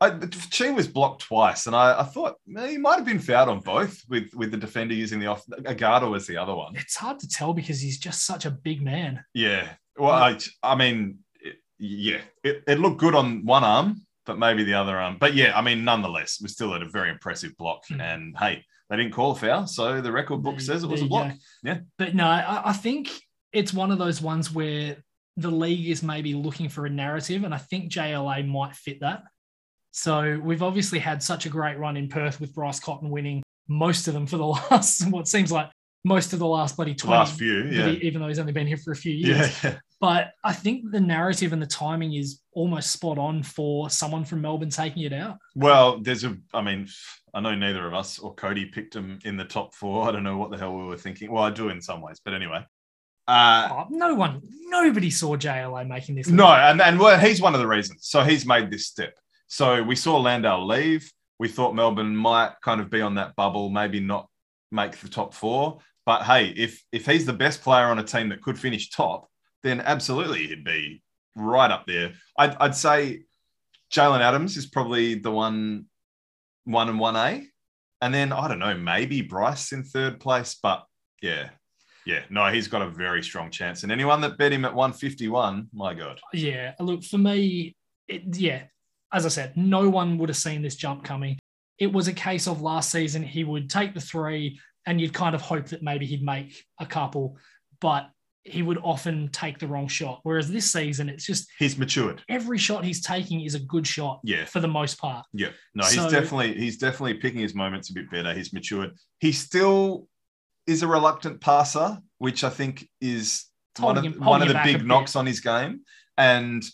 I, but she was blocked twice, and I, I thought eh, he might have been fouled on both with with the defender using the off. Agata was the other one.
It's hard to tell because he's just such a big man.
Yeah. Well, I, I mean, it, yeah, it, it looked good on one arm, but maybe the other arm. But yeah, I mean, nonetheless, we still had a very impressive block.
Hmm.
And hey, they didn't call a foul, so the record book says it was
There
a
you
block.
go.
Yeah.
But no, I, I think it's one of those ones where the league is maybe looking for a narrative, and I think JLA might fit that. So we've obviously had such a great run in Perth with Bryce Cotton winning most of them for the last, what seems like most of the last bloody
The
20,
last few,
that
yeah.
he- even though he's only been here for a few years.
Yeah, yeah.
But I think the narrative and the timing is almost spot on for someone from Melbourne taking it out.
Well, there's a, I mean, I know neither of us or Cody picked him in the top four. I don't know what the hell we were thinking. Well, I do in some ways, but anyway. Uh,
Oh, no one, nobody saw JLA making this.
No,
list.
and, and well, he's one of the reasons. So he's made this step. So we saw Landau leave. We thought Melbourne might kind of be on that bubble, maybe not make the top four. But hey, if if he's the best player on a team that could finish top, then absolutely he'd be right up there. I'd, I'd say Jalen Adams is probably the one, one and one A, and then I don't know, maybe Bryce in third place. But yeah, yeah, no, he's got a very strong chance. And anyone that bet him at 151, my God.
Yeah. Look, for me, it, yeah, as I said, no one would have seen this jump coming. It was a case of last season, he would take the three, and you'd kind of hope that maybe he'd make a couple, but he would often take the wrong shot. Whereas this season, it's just
He's matured.
every shot he's taking is a good shot
Yeah.
for the most part.
Yeah. No, he's
So-
definitely he's definitely picking his moments a bit better. He's matured. He still is a reluctant passer, which I think is one of
Holding him-
one
holding
of
him
the
back a
big
bit.
knocks on his game. And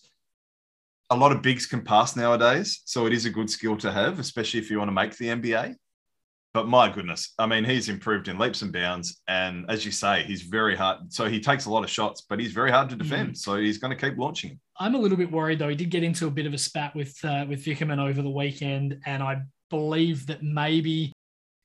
a lot of bigs can pass nowadays, so it is a good skill to have, especially if you want to make the NBA. But my goodness, I mean, he's improved in leaps and bounds. And as you say, he's very hard. So he takes a lot of shots, but he's very
Mm.
hard to defend. So he's going to keep launching. him.
I'm a little bit worried though. He did get into a bit of a spat with uh, with Vickerman over the weekend, and I believe that maybe,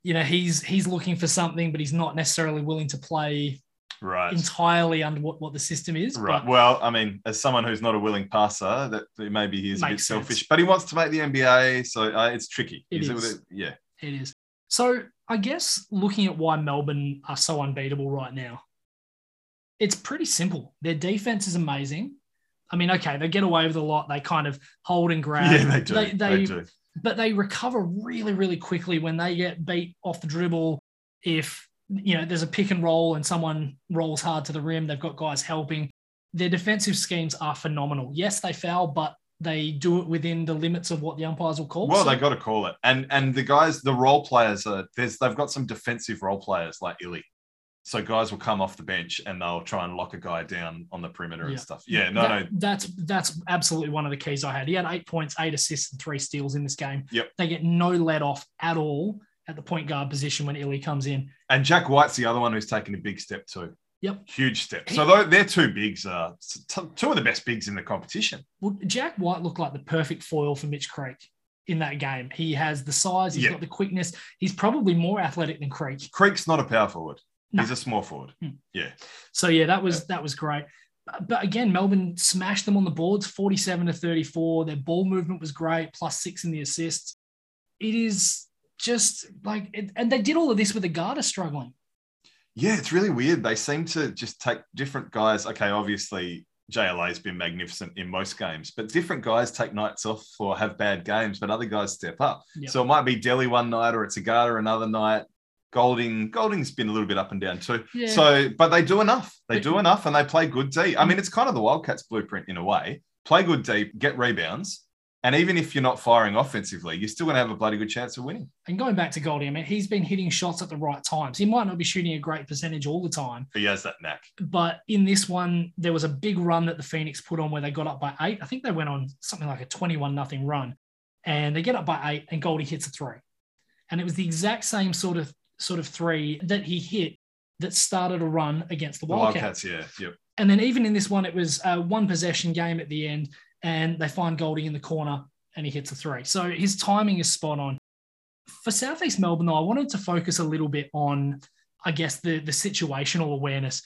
you know, he's he's looking for something, but he's not necessarily willing to play
Right.
entirely under what, what the system is.
Right.
But
Well, I mean, as someone who's not a willing passer, that that maybe he is a bit
Makes sense.
selfish, but he wants to make the NBA, so uh, it's tricky.
It
He's a-
is.
yeah.
it is. So I guess looking at why Melbourne are so unbeatable right now, it's pretty simple. Their defense is amazing. I mean, okay, they get away with a lot. They kind of hold and grab.
Yeah, they do. They, do.
but they recover really, really quickly when they get beat off the dribble. If you know there's a pick and roll and someone rolls hard to the rim, they've got guys helping. Their defensive schemes are phenomenal. Yes, they foul, but they do it within the limits of what the umpires will call.
Well,
So-
they got to call it. And and the guys, the role players are there's they've got some defensive role players like Illy. So guys will come off the bench and they'll try and lock a guy down on the perimeter
Yeah.
and stuff. Yeah, no,
That-
no.
That's that's absolutely one of the keys I had. He had eight points, eight assists, and three steals in this game.
Yep.
They get no let off at all at the point guard position when Illy comes in.
And Jack White's the other one who's taken a big step too.
Yep.
Huge step. So tho- their two bigs are two of the best bigs in the competition.
Well, Jack White looked like the perfect foil for Mitch Creek in that game. He has the size, he's
Yeah.
got the quickness. He's probably more athletic than Creek.
Creek's not a power forward.
No.
He's a small forward.
Hmm.
Yeah.
So yeah, that was that was great. But- But again, Melbourne smashed them on the boards, 47 to 34. Their ball movement was great, plus six in the assists. It is just like, it- and they did all of this with the Garda struggling.
Yeah, it's really weird. They seem to just take different guys. Okay, obviously JLA's been magnificent in most games, but different guys take nights off or have bad games, but other guys step up.
Yeah.
So it might be Delhi one night or it's Agata another night. Golding, Golding's been a little bit up and down too.
Yeah.
So, but they do enough. They
But-
do enough, and they play good D. I mean, it's kind of the Wildcats blueprint in a way. Play good D, get rebounds, and even if you're not firing offensively, you're still going to have a bloody good chance of winning.
And going back to Goldie, I mean, he's been hitting shots at the right times. He might not be shooting a great percentage all the time,
He has that knack.
but in this one, there was a big run that the Phoenix put on where they got up by eight. I think they went on something like a 21 nothing run, and they get up by eight, and Goldie hits a three, and it was the exact same sort of sort of three that he hit that started a run against the
The
Wildcats.
Wildcats, yeah, yep.
And then even in this one, it was a one possession game at the end, and they find Goldie in the corner and he hits a three. So his timing is spot on. For Southeast Melbourne, though, I wanted to focus a little bit on, I guess, the, the situational awareness.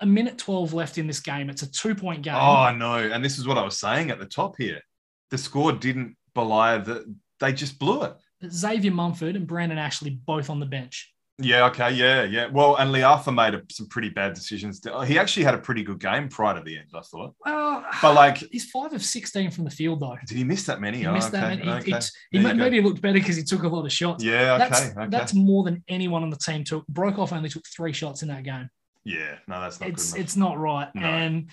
A minute 12 left in this game. It's a two point game.
Oh, I know. And this is what I was saying at the top here. The score didn't belie that they just blew it.
Xavier Mumford and Brandon Ashley both on the bench.
Yeah, okay, yeah, yeah. Well, and Liafa made a, some pretty bad decisions. He actually had a pretty good game prior to the end, I thought.
Well,
But like,
he's five of 16 from the field, though.
did he miss that many?
He
Oh,
missed that.
okay,
many. He,
okay.
it's- he
There
ma-
you go.
maybe looked better because he took a lot of shots.
Yeah, okay,
that's,
okay.
that's more than anyone on the team took. Brokoff only took three shots in that game.
yeah, no, that's not
it's
Oh, good enough.
it's not right.
No.
And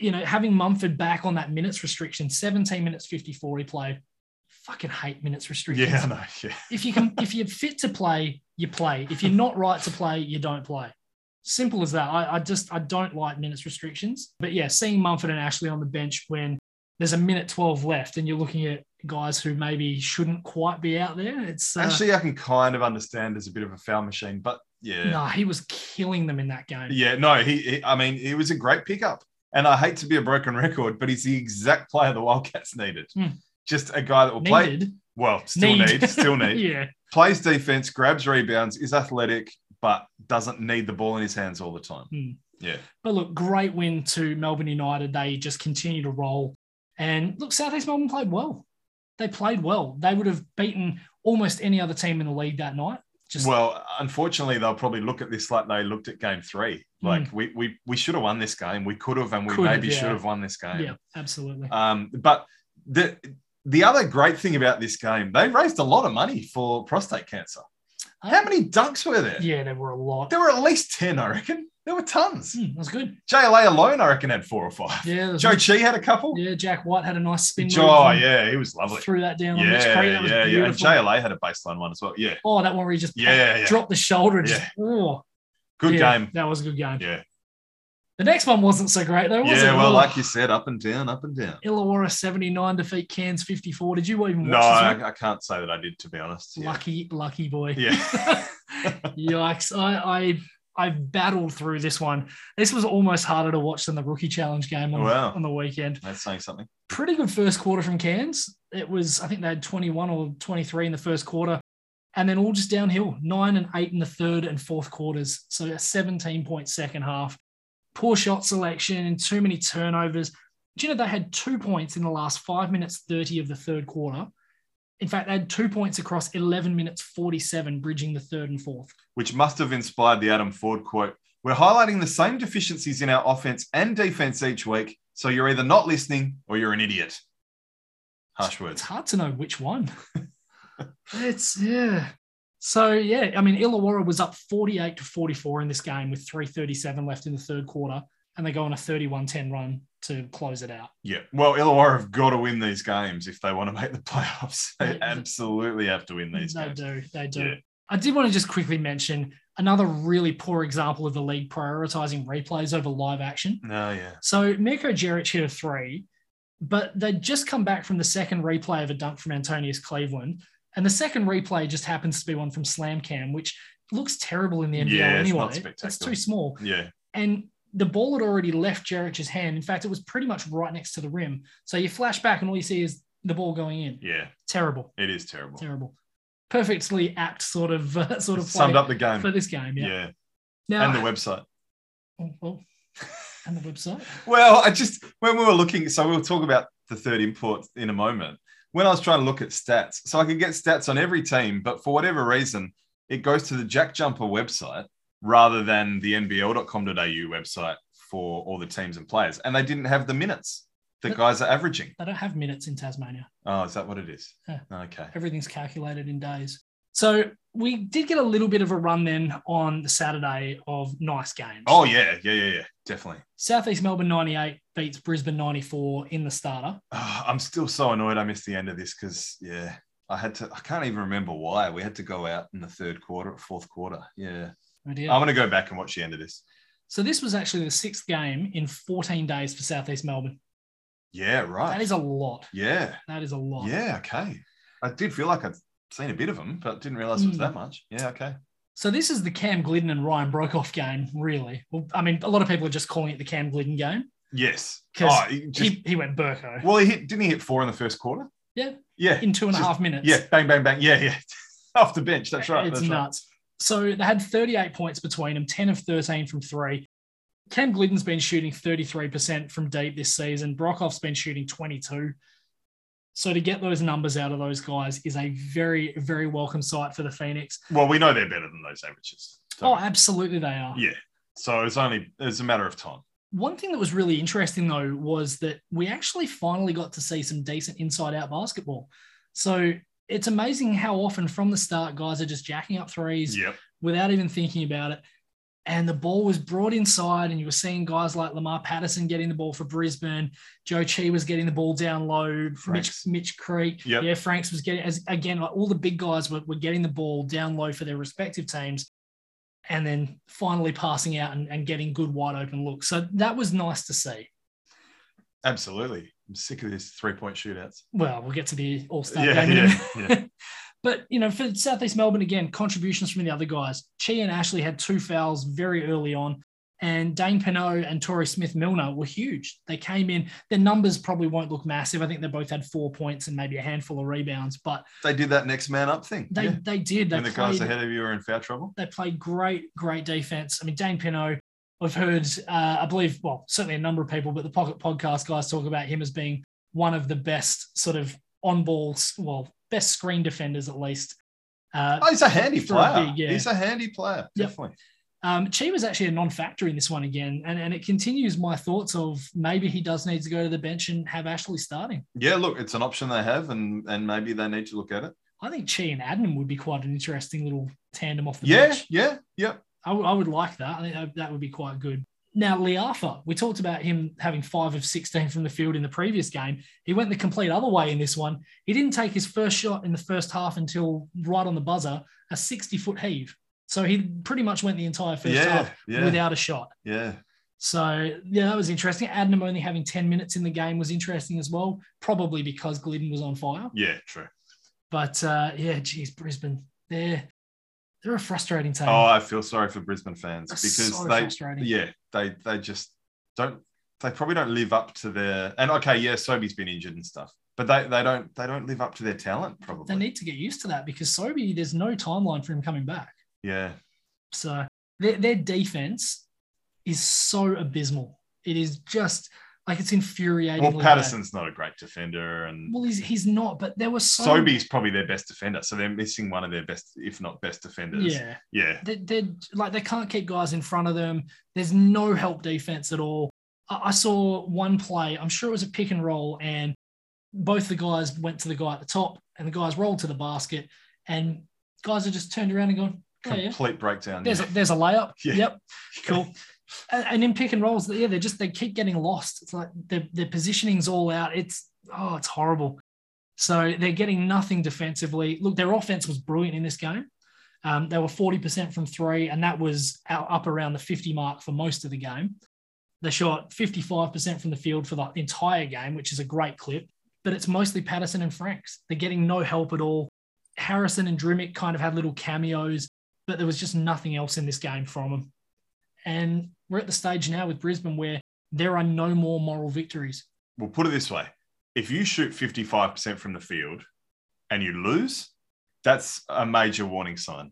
you know, having Mumford back on that minutes restriction, 17 minutes 54 he played. Fucking hate minutes restrictions.
yeah, no, yeah.
If you can if you're fit to play, you play. If you're not right to play, you don't play. Simple as that. I, I just I don't like minutes restrictions. But yeah, seeing Mumford and Ashley on the bench when there's a minute 12 left and you're looking at guys who maybe shouldn't quite be out there. It's uh,
Actually, I can kind of understand as a bit of a foul machine, but yeah.
Nah, he was killing them in that game.
Yeah, no, he, he- I mean, he was a great pickup. And I hate to be a broken record, but he's the exact player the Wildcats needed.
Hmm.
Just a guy that will play.
Needed.
Well, still
Need.
needs, still needs.
Yeah.
Plays defense, grabs rebounds, is athletic, but doesn't need the ball in his hands all the time.
Hmm.
Yeah.
But look, great win to Melbourne United. They just continue to roll. And look, Southeast Melbourne played well. They played well. They would have beaten almost any other team in the league that night. Just
well, unfortunately, they'll probably look at this like they looked at game three. Like we we we should have won this game. We could have, and we
Hmm. Could have,
maybe
yeah.
should have won this game.
yeah, absolutely.
Um, but the the other great thing about this game, they raised a lot of money for prostate cancer. How many dunks were there?
Oh. Yeah, there were a lot.
There were at least 10, I reckon. There were tons.
Hmm, that was good.
JLA alone, I reckon, had four or five.
Yeah, that was
Joe Chi had a couple.
yeah. Jack White had a nice spin. move
Oh,
and
yeah, he was lovely.
Threw that down on Mitch
Yeah,
Creek. That was
yeah, yeah. And
beautiful.
JLA had a baseline one as well. Yeah,
Oh, that one where he just
yeah, yeah.
dropped the shoulder and
Yeah.
just, oh,
Good
yeah,
game.
That was a good game.
Yeah.
The next one wasn't so great though, was it?
yeah, well,
Oh,
like you said, up and down, up and down.
Illawarra 79 defeat Cairns 54. Did you even watch
No,
this?
I, I can't say that I did, to be honest.
one?
Yeah.
Lucky, lucky boy.
Yeah.
Yikes. I, I I battled through this one. This was almost harder to watch than the rookie challenge game on,
Wow.
on the weekend.
That's saying something.
Pretty good first quarter from Cairns. It was, I think they had 21 or 23 in the first quarter. And then all just downhill, nine and eight in the third and fourth quarters. So a 17 point second half. Poor shot selection, too many turnovers. Do you know they had two points in the last five minutes 30 of the third quarter? In fact, they had two points across 11 minutes 47, bridging the third and fourth.
which must have inspired the Adam Ford quote. We're highlighting the same deficiencies in our offense and defense each week, so you're either not listening or you're an idiot. Harsh
It's
words.
hard to know which one. it's yeah. So yeah, I mean Illawarra was up 48 to 44 in this game with 337 left in the third quarter, and they go on a 31-10 run to close it out.
Yeah. Well, Illawarra have got to win these games if they want to make the playoffs. They
Yeah.
absolutely have to win these
they
games.
do, they do.
Yeah.
I did want to just quickly mention another really poor example of the league prioritizing replays over live action.
No, yeah.
So Mirko Jeric hit a three, but they'd just come back from the second replay of a dunk from Antonius Cleveland. And the second replay just happens to be one from Slam Cam, which looks terrible in the NBL
Yeah, it's
anyway.
not
it's
spectacular.
too small.
Yeah.
And the ball had already left Jeric's hand. In fact, it was pretty much right next to the rim. So you flash back and all you see is the ball going in.
Yeah.
Terrible,
It is terrible.
terrible. Perfectly apt sort of uh, sort of
It's summed
play
up the game.
for this game.
yeah.
Yeah. Now,
And the website.
oh, well, and the website.
Well, I just when we were looking, so we'll talk about the third import in a moment. When I was trying to look at stats, so I could get stats on every team, but for whatever reason, it goes to the Jack Jumper website rather than the NBL.com.au website for all the teams and players. And they didn't have the minutes that guys are averaging.
They don't have minutes in Tasmania.
Oh, is that what it is?
Yeah.
Okay.
everything's calculated in days. So we did get a little bit of a run then on the Saturday of nice games.
Oh yeah, yeah, yeah, yeah, definitely.
Southeast Melbourne 98 beats Brisbane 94 in the starter.
Oh, I'm still so annoyed I missed the end of this because yeah, I had to. I can't even remember why we had to go out in the third quarter, fourth quarter. Yeah,
Oh dear.
I'm gonna go back and watch the end of this.
so this was actually the sixth game in 14 days for Southeast Melbourne.
Yeah, right.
That is a lot.
yeah,
That is a lot.
yeah, okay. I did feel like I'd seen a bit of them, but didn't realize it was
Mm.
that much. Yeah, okay.
So this is the Cam Glidden and Ryan Brokoff game, really. Well, I mean, a lot of people are just calling it the Cam Glidden game.
Yes.
'Cause
Oh, he just,
he, he went Burko
well, he hit, didn't he hit four in the first quarter?
Yeah.
Yeah.
in two and a
just-
half minutes.
Yeah. Bang, bang, bang. Yeah, yeah. Off the bench. That's right.
It's
that's right.
nuts. So they had 38 points between them, 10 of 13 from three. Cam Glidden's been shooting 33% from deep this season. Brokoff's been shooting 22. So to get those numbers out of those guys is a very, very welcome sight for the Phoenix.
Well, we know they're better than those averages. So,
Oh, absolutely they are.
yeah. So it's only it's a matter of time.
One thing that was really interesting though was that we actually finally got to see some decent inside out basketball. So it's amazing how often from the start guys are just jacking up threes,
Yep.
without even thinking about it. And the ball was brought inside, and you were seeing guys like Lamar Patterson getting the ball for Brisbane. Joe Chi was getting the ball down low. Mitch,
Franks.
Mitch Creek.
Yep.
Yeah, Franks was getting, as again, like all the big guys were, were getting the ball down low for their respective teams and then finally passing out and, and getting good wide open looks. So that was nice to see.
Absolutely. I'm sick of these three point shootouts.
Well, we'll get to the All Star
Yeah,
game in a
yeah,
minute. But you know, for Southeast Melbourne again, contributions from the other guys. Chi and Ashley had two fouls very early on, and Dane Pinot and Torrey Smith Milner were huge. They came in. Their numbers probably won't look massive. I think they both had four points and maybe a handful of rebounds, but
They did that next man up thing.
they
yeah.
they did. They
When the guys
played,
ahead of you are in foul trouble.
they played great, great defense. I mean, Dane Pinot. I've heard, uh, I believe, well, certainly a number of people, but the Pocket Podcast guys talk about him as being one of the best sort of on ball, well, best screen defenders at least. Uh,
Oh, he's a handy
For a
player.
big, yeah.
He's a handy player.
Yep.
Definitely.
Um, Chi was actually a non-factor in this one again, and, and it continues my thoughts of maybe he does need to go to the bench and have Ashley starting.
Yeah, look, it's an option they have, and and maybe they need to look at it.
I think Chi and Adam would be quite an interesting little tandem off the
Yeah,
bench.
yeah, yeah.
I would- I would like that. I think that, that would be quite good. Now, Liafa, we talked about him having five of 16 from the field in the previous game. He went the complete other way in this one. He didn't take his first shot in the first half until right on the buzzer, a 60 foot heave. So he pretty much went the entire first
yeah,
half
yeah,
without a shot.
yeah.
So yeah, that was interesting. Adnam only having 10 minutes in the game was interesting as well, probably because Glidden was on fire.
Yeah, true.
But uh, yeah, geez, Brisbane, they're they're a frustrating team.
Oh, I feel sorry for Brisbane fans
That's
because
so
they,
frustrating.
yeah, they they just don't. They probably don't live up to their. And okay, yeah, Sobey's been injured and stuff, but they they don't they don't live up to their talent. Probably.
They need to get used to that because Sobey, there's no timeline for him coming back.
yeah.
So their, their defense is so abysmal. It is just like it's infuriating.
Well, Patterson's not a great defender, and
Well, he's, he's not, but there were so
Sobey's probably their best defender, so they're missing one of their best, if not best defenders.
Yeah.
Yeah.
They, they're like, they can't keep guys in front of them. There's no help defense at all. I, I saw one play, I'm sure it was a pick and roll, and both the guys went to the guy at the top and the guys rolled to the basket, and guys are just turned around and gone, oh, yeah.
Complete breakdown.
There's a,
yeah.
there's a layup.
Yeah.
Yep. Cool. and, and in pick and rolls, yeah, they just they keep getting lost. It's like their their positioning's all out. It's oh, it's horrible. So they're getting nothing defensively. Look, their offense was brilliant in this game. Um, they were 40% from three, and that was out, up around the 50 mark for most of the game. They shot 55% from the field for the entire game, which is a great clip, but it's mostly Patterson and Franks. They're getting no help at all. Harrison and Drimmick kind of had little cameos but there was just nothing else in this game from them. And we're at the stage now with Brisbane where there are no more moral victories.
We'll put it this way: if you shoot fifty-five percent from the field and you lose, that's a major warning sign.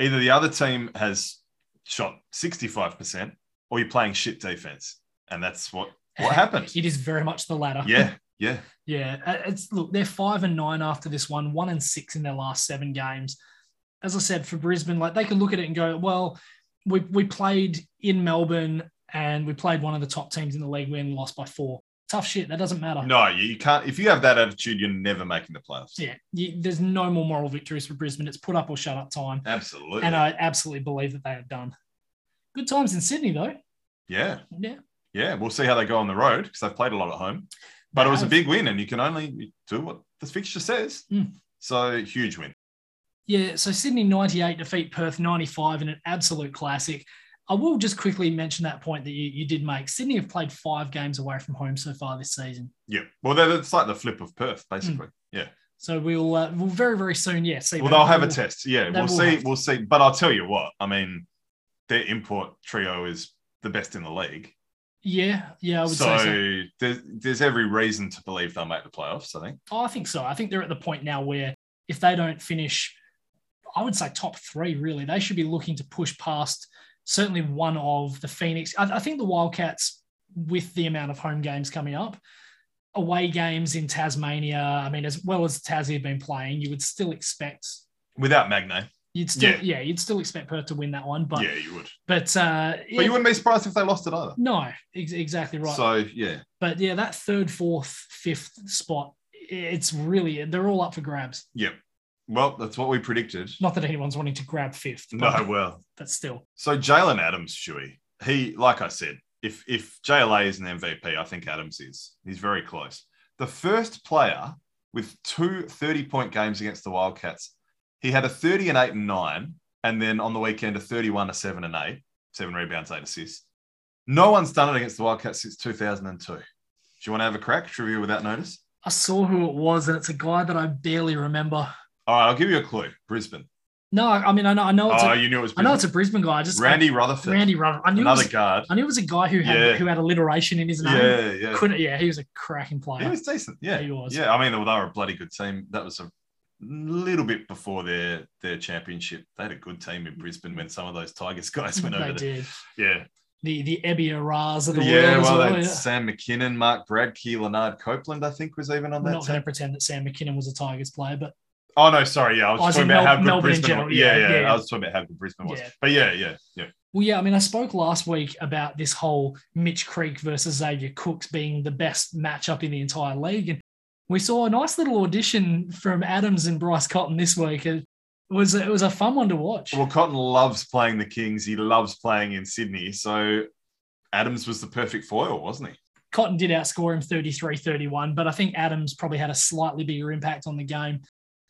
Either the other team has shot sixty-five percent, or you're playing shit defense, and that's what what happened.
It is very much the latter.
Yeah, yeah,
Yeah. uh, It's look, they're five and nine after this one, one and six in their last seven games. As I said, for Brisbane, like they could look at it and go, well, we, we played in Melbourne and we played one of the top teams in the league. We only lost by four. Tough shit. That doesn't matter.
no, you, you can't. If you have that attitude, you're never making the playoffs.
Yeah. You, there's no more moral victories for Brisbane. It's put up or shut up time.
Absolutely.
and I absolutely believe that they have done. Good times in Sydney, though.
yeah,
Yeah,
yeah. We'll see how they go on the road because they've played a lot at home, but
They
it was a
have.
big win, and you can only do what the fixture says.
Mm.
So huge win.
yeah. So Sydney ninety-eight defeat Perth ninety-five in an absolute classic. I will just quickly mention that point that you, you did make. Sydney have played five games away from home so far this season.
Yeah. Well, that- that's like the flip of Perth,
Hmm.
basically. Yeah.
So we'll uh, we'll very very soon, yeah. See,
Well,
them.
they'll have a
We'll-
test. Yeah,
they
we'll
will
see.
have-
We'll see. But I'll tell you what. I mean, their import trio is the best in the league.
Yeah, yeah. I would
so,
say so.
there's there's every reason to believe they'll make the playoffs. I think.
Oh, I think so. I think they're at the point now where if they don't finish, I would say top three, really, they should be looking to push past certainly one of the Phoenix. I, I think the Wildcats, with the amount of home games coming up, away games in Tasmania, I mean, as well as Tassie have been playing, you would still expect.
Without Magne,
You'd still,
Yeah.
yeah, you'd still expect Perth to win that one, but
yeah, you would.
but uh,
But you wouldn't be surprised if they lost it either.
no, ex- exactly right.
So yeah,
but yeah, that third, fourth, fifth spot, it's really they're all up for grabs.
yeah. Well, that's what we predicted.
Not that anyone's wanting to grab fifth.
No,
But,
well,
but still.
so Jalen Adams, Shuey, he, like I said, if if JLA is an MVP, I think Adams is. He's very close. The first player with two 30 point games against the Wildcats, he had a 30 and 8 and 9, and then on the weekend, a 31, a 7 and 8, seven rebounds, eight assists. No one's done it against the Wildcats since 2002. Do you want to have a crack? Trivia without notice?
I saw who it was, and it's a guy that I barely remember.
All right, I'll give you a clue Brisbane.
No, I mean I know I know it's
oh,
a,
you knew it was
I
Brisbane.
know it's a Brisbane guy. I just
Randy Rutherford.
Randy Rutherford. I knew it
another
was,
guard.
I knew it was a guy who had
Yeah.
who had alliteration in his name.
Yeah, yeah.
Couldn't yeah, he was a cracking player.
He was decent. Yeah.
He was.
Yeah. I mean, they were a bloody good team. That was a little bit before their their championship. They had a good team in Brisbane when some of those Tigers guys went
they
over there.
did.
Yeah.
The the Ebby Araz of the
yeah.
world as
Well,
well.
they had
yeah.
Sam McKinnon, Mark Bradkey, Leonard Copeland, I think, was even on
I'm
that
not
team.
going to pretend that Sam McKinnon was a Tigers player, but
Oh, no. Sorry. Yeah. I was,
Oh, as
talking
in
about
Mel-
how good
Melbourne in
Brisbane
general.
was. Yeah
Yeah,
yeah,
yeah.
I was talking about how good Brisbane was.
Yeah.
But yeah. Yeah. Yeah.
Well, yeah, I mean, I spoke last week about this whole Mitch Creek versus Xavier Cooks being the best matchup in the entire league. And we saw a nice little audition from Adams and Bryce Cotton this week. It was, it was a fun one to watch.
Well, Cotton loves playing the Kings. He loves playing in Sydney. So Adams was the perfect foil, wasn't he?
Cotton did outscore him 33 31, but I think Adams probably had a slightly bigger impact on the game.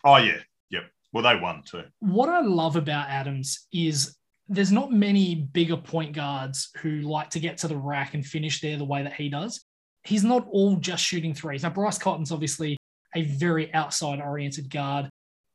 Oh, yeah. Yep. Well, they won too.
What I love about Adams is there's not many bigger point guards who like to get to the rack and finish there the way that he does. He's not all just shooting threes. Now, Bryce Cotton's obviously a very outside oriented guard.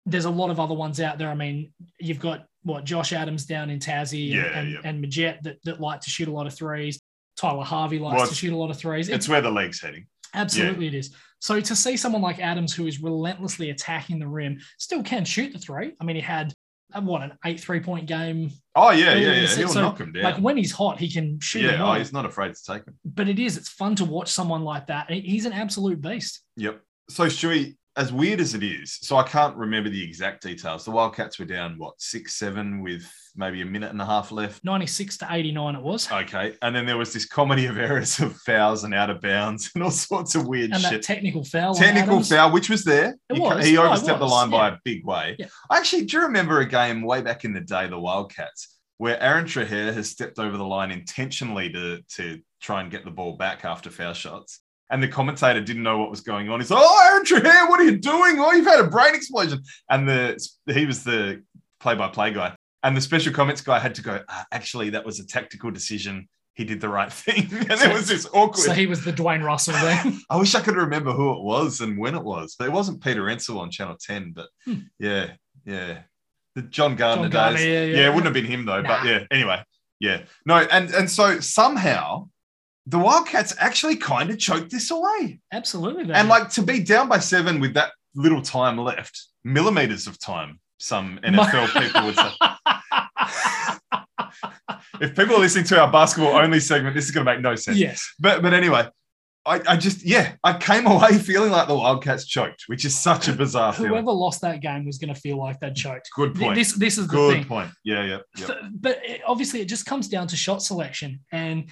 There's a lot of other ones out there. I mean, you've got what Josh Adams down in Tassie and-
Yeah,
and,
yeah.
and Majet that, that like to shoot a lot of threes. Tyler Harvey likes
Well,
to shoot a lot of threes. It's,
It's where the league's heading.
absolutely it is. So to see someone like Adams who is relentlessly attacking the rim, still can shoot the three. I mean, he had uh, what an eight three point game
Oh yeah,
Yeah,
yeah,
yeah.
yeah. He'll
So,
knock him down.
Like when he's hot, he can shoot.
yeah,
them
oh,
well.
he's not afraid to take him.
but it is. It's fun to watch someone like that. He- He's an absolute beast.
Yep. So Stewie, as weird as it is, so I can't remember the exact details. The Wildcats were down what six, seven, with maybe a minute and a half left.
96 to 89, it was.
Okay, and then there was this comedy of errors of fouls and out of bounds and all sorts of weird
and that
shit.
technical foul. on
Technical
Adams.
foul, which was there.
It
He-
was.
He
No, it
overstepped the
was.
line by
Yeah.
a big way.
Yeah.
I actually do remember a game way back in the day, the Wildcats, where Aaron Traher has stepped over the line intentionally to, to try and get the ball back after foul shots. And the commentator didn't know what was going on. He's like, "Oh, Aaron Traher, what are you doing? Oh, you've had a brain explosion!" And the he was the play-by-play guy, and the special comments guy had to go. "Ah, actually, that was a tactical decision. He did the right thing. and
So-
it was this awkward.
So he was the Dwayne Russell then.
I wish I could remember who it was and when it was. But it wasn't Peter Ensel on Channel 10, but
Hmm.
yeah, yeah. The John Gardner
John Gardner,
days.
yeah, yeah,
yeah, it wouldn't have been him though. But
Nah.
yeah, anyway. Yeah. No, and and so somehow the Wildcats actually kind of choked this away.
Absolutely.
And like to be down by seven with that little time left, millimeters of time, some NFL people would say. If people are listening to our basketball only segment, this is gonna make no sense.
yes.
But but anyway, I, I just yeah, I came away feeling like the Wildcats choked, which is such a bizarre feeling.
Whoever lost that game was going to feel like they choked.
Good
Th-
point.
This, this is the
Good
thing.
point. Yeah, yeah, yeah.
So- but it, obviously, it just comes down to shot selection. And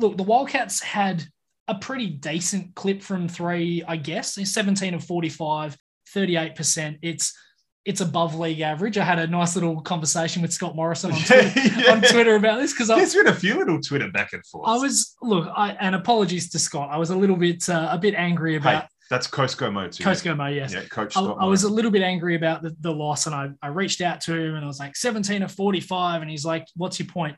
look, the Wildcats had a pretty decent clip from three, I guess. It's 17 of 45, 38%. It's it's above league average. I had a nice little conversation with Scott Morrison on, Twitter,
yeah,
on Twitter about this because I,
There's been a few little Twitter back and forth.
I was look. I, and apologies to Scott. I was a little bit uh, a bit angry about
hey, that's Costco mode too.
Coach Gomo. Yes,
Yeah, Coach
I,
Scott.
I was a little bit angry about the, the loss and I, I reached out to him and I was like 17 of 45 and he's like what's your point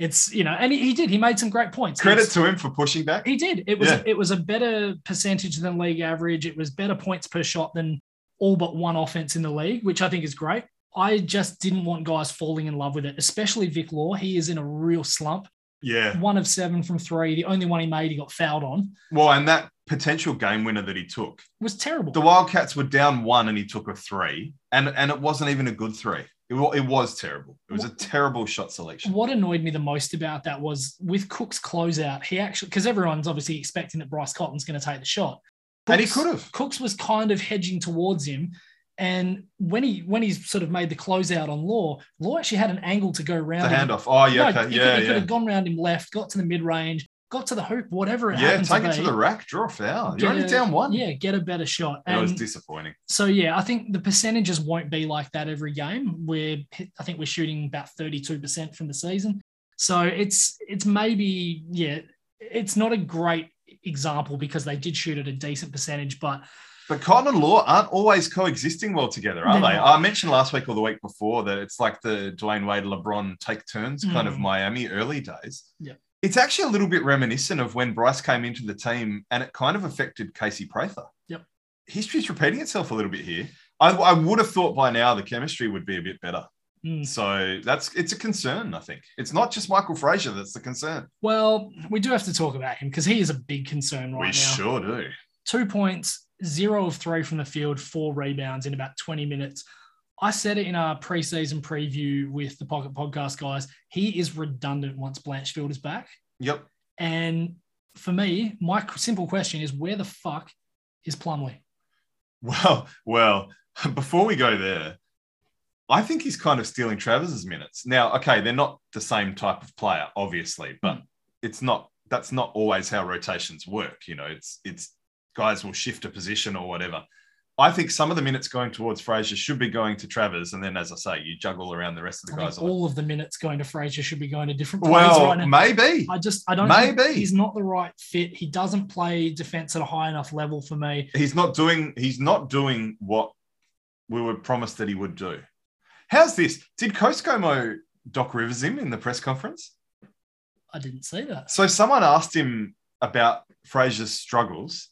it's you know and he, he did he made some great points
Credit
It's-
to him for pushing back.
he did it was
Yeah.
it was a better percentage than league average it was better points per shot than all but one offense in the league which I think is great I just didn't want guys falling in love with it especially Vic Law he is in a real slump
Yeah.
one of seven from three the only one he made he got fouled on
Well, and that potential game winner that he took,
was terrible
the Wildcats were down one and he took a three, and and it wasn't even a good three. It, wa- it was terrible. It was a terrible shot selection.
What annoyed me the most about that was with Cook's closeout, he actually, because everyone's obviously expecting that Bryce Cotton's going to take the shot.
And he
Cooks-
could have.
Cooks was kind of hedging towards him. And when he when he's sort of made the closeout on Law, Law actually had an angle to go
The
round. him.
handoff. Oh, yeah.
No,
okay.
he, could,
yeah,
he could
yeah.
have gone round him left, got to the mid range, got to the hoop, whatever it
Yeah,
happened
take it
be.
to the rack, draw a foul.
Get
You're only
a-
down one.
Yeah, get a better shot.
That was
And-
disappointing.
so yeah, I think the percentages won't be like that every game. We're I think we're shooting about 32% from the season. So it's it's maybe yeah, it's not a great example because they did shoot at a decent percentage, but
But Cotton and Law aren't always coexisting well together, are
They're
they?
not.
I mentioned last week or the week before that it's like the Dwayne Wade, LeBron take turns kind of
Mm.
Miami early days.
Yeah.
It's actually a little bit reminiscent of when Bryce came into the team and it kind of affected Casey Prather.
Yep.
History's repeating itself a little bit here. I, I would have thought by now the chemistry would be a bit better.
mm.
So that's it's a concern, I think. It's not just Michael Frazier that's the concern.
well, we do have to talk about him because he is a big concern right
we
now.
sure do.
Two points, zero of three from the field, four rebounds in about 20 minutes. I said it in our preseason preview with the Pocket Podcast guys. He is redundant once Blanchfield is back.
Yep.
And for me, my qu- simple question is where the fuck is Plumley?
Well, well, before we go there, I think he's kind of stealing Travis's minutes. Now, okay, they're not the same type of player, obviously, but
Hmm.
it's not that's not always how rotations work. You know, it's it's guys will shift a position or whatever. I think some of the minutes going towards Frazier should be going to Travers, and then as I say, you juggle around the rest of the
I
guys.
think all of the minutes going to Frazier should be going to different players
well,
right now.
maybe.
I just I don't think
maybe.
he's not the right fit. He doesn't play defense at a high enough level for me.
he's not doing he's not doing what we were promised that he would do. How's this? Did Koskomo Doc Rivers him in the press conference?
I didn't see that.
So someone asked him about Frazier's struggles,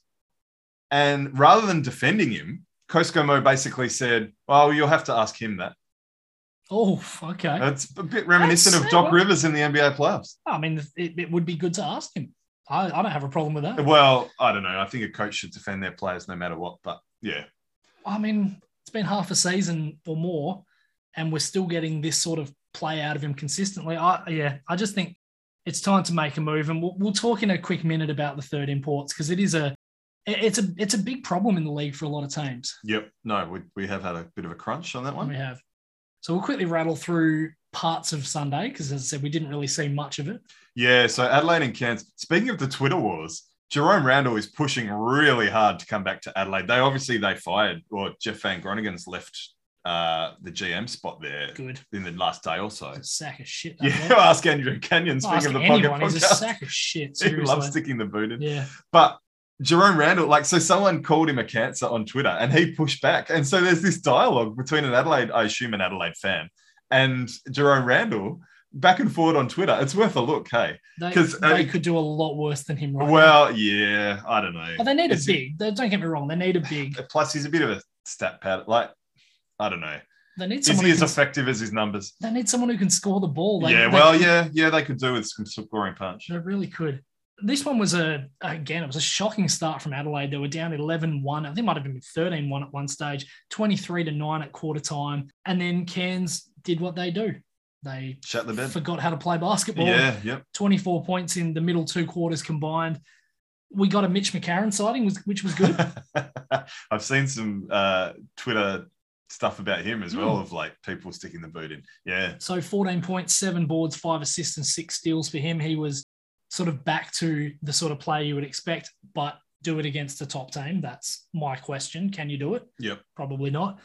and rather than defending him, Koskomo basically said, "Well, you'll have to ask him that."
Oh, okay.
It's a bit reminiscent
That's
of
so
Doc
well-
Rivers in the NBA playoffs.
I mean, it, it would be good to ask him. I, I don't have a problem with that.
Well, I don't know. I think a coach should defend their players no matter what. But yeah,
I mean, it's been half a season or more, and we're still getting this sort of play out of him consistently. I yeah, I just think it's time to make a move, and we'll, we'll talk in a quick minute about the third imports because it is a it- it's a it's a big problem in the league for a lot of teams.
yep. No, we, we have had a bit of a crunch on that
We
one.
have, so we'll quickly rattle through parts of Sunday because as I said, we didn't really see much of it.
Yeah. So Adelaide and Cairns. Speaking of the Twitter wars, Jerome Randall is pushing really hard to come back to Adelaide. They obviously they fired or Jeff Van Groningen's left uh, the GM spot there
Good,
in the last day or so.
It's a sack of shit. that
Yeah,
bloke.
ask Andrew Canyon.
Not
Speaking of the
asking
pocket
anyone, he's a
podcast,
sack of shit.
he loves
Seriously,
sticking the boot in.
yeah.
But Jerome Randall, like, so someone called him a cancer on Twitter and he pushed back. And so there's this dialogue between an Adelaide, I assume an Adelaide fan, and Jerome Randall back and forward on Twitter. It's worth a look, hey?
They,
'Cause, uh,
they could do a lot worse than him right now.
Well, yeah, I don't know.
Oh, they need a
Is it-
big. They, don't get me wrong. They need a big.
Plus, he's a bit of a stat pad. Like, I don't know.
They need
Is
someone.
he
Who
as
can,
effective as his numbers?
they need someone who can score the ball. They,
yeah,
they-
well, yeah, yeah, they could do with some scoring punch.
they really could. This one was a again. It was a shocking start from Adelaide. They were down 11-1. I think it might have been 13-1 at one stage. 23 to nine at quarter time, and then Cairns did what they do. They
Shut the bed.
forgot how to play basketball.
Yeah, yep.
24 points in the middle two quarters combined. We got a Mitch McCarron sighting, was- which was good.
I've seen some uh, Twitter stuff about him as well
Hmm.
of like people sticking the boot in. Yeah.
So 14.7 boards, five assists, and six steals for him. He was sort of back to the sort of player you would expect, but do it against the top team. That's my question. Can you do it?
Yep.
Probably not.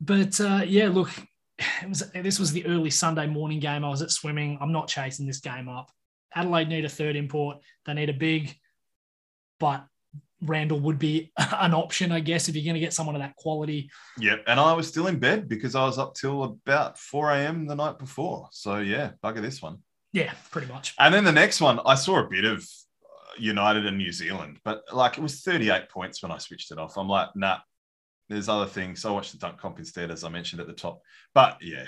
But uh, yeah, look, it was this was the early Sunday morning game. I was at swimming. I'm not chasing this game up. Adelaide need a third import. They need a big, but Randall would be an option, I guess, if you're going to get someone of that quality.
Yep. And I was still in bed because I was up till about 4 a.m. the night before. So yeah, bugger this one.
Yeah, pretty much.
And then the next one, I saw a bit of uh, United and New Zealand, but like it was 38 points when I switched it off. I'm like, nah, there's other things. So I watched the dunk comp instead, as I mentioned at the top. But yeah,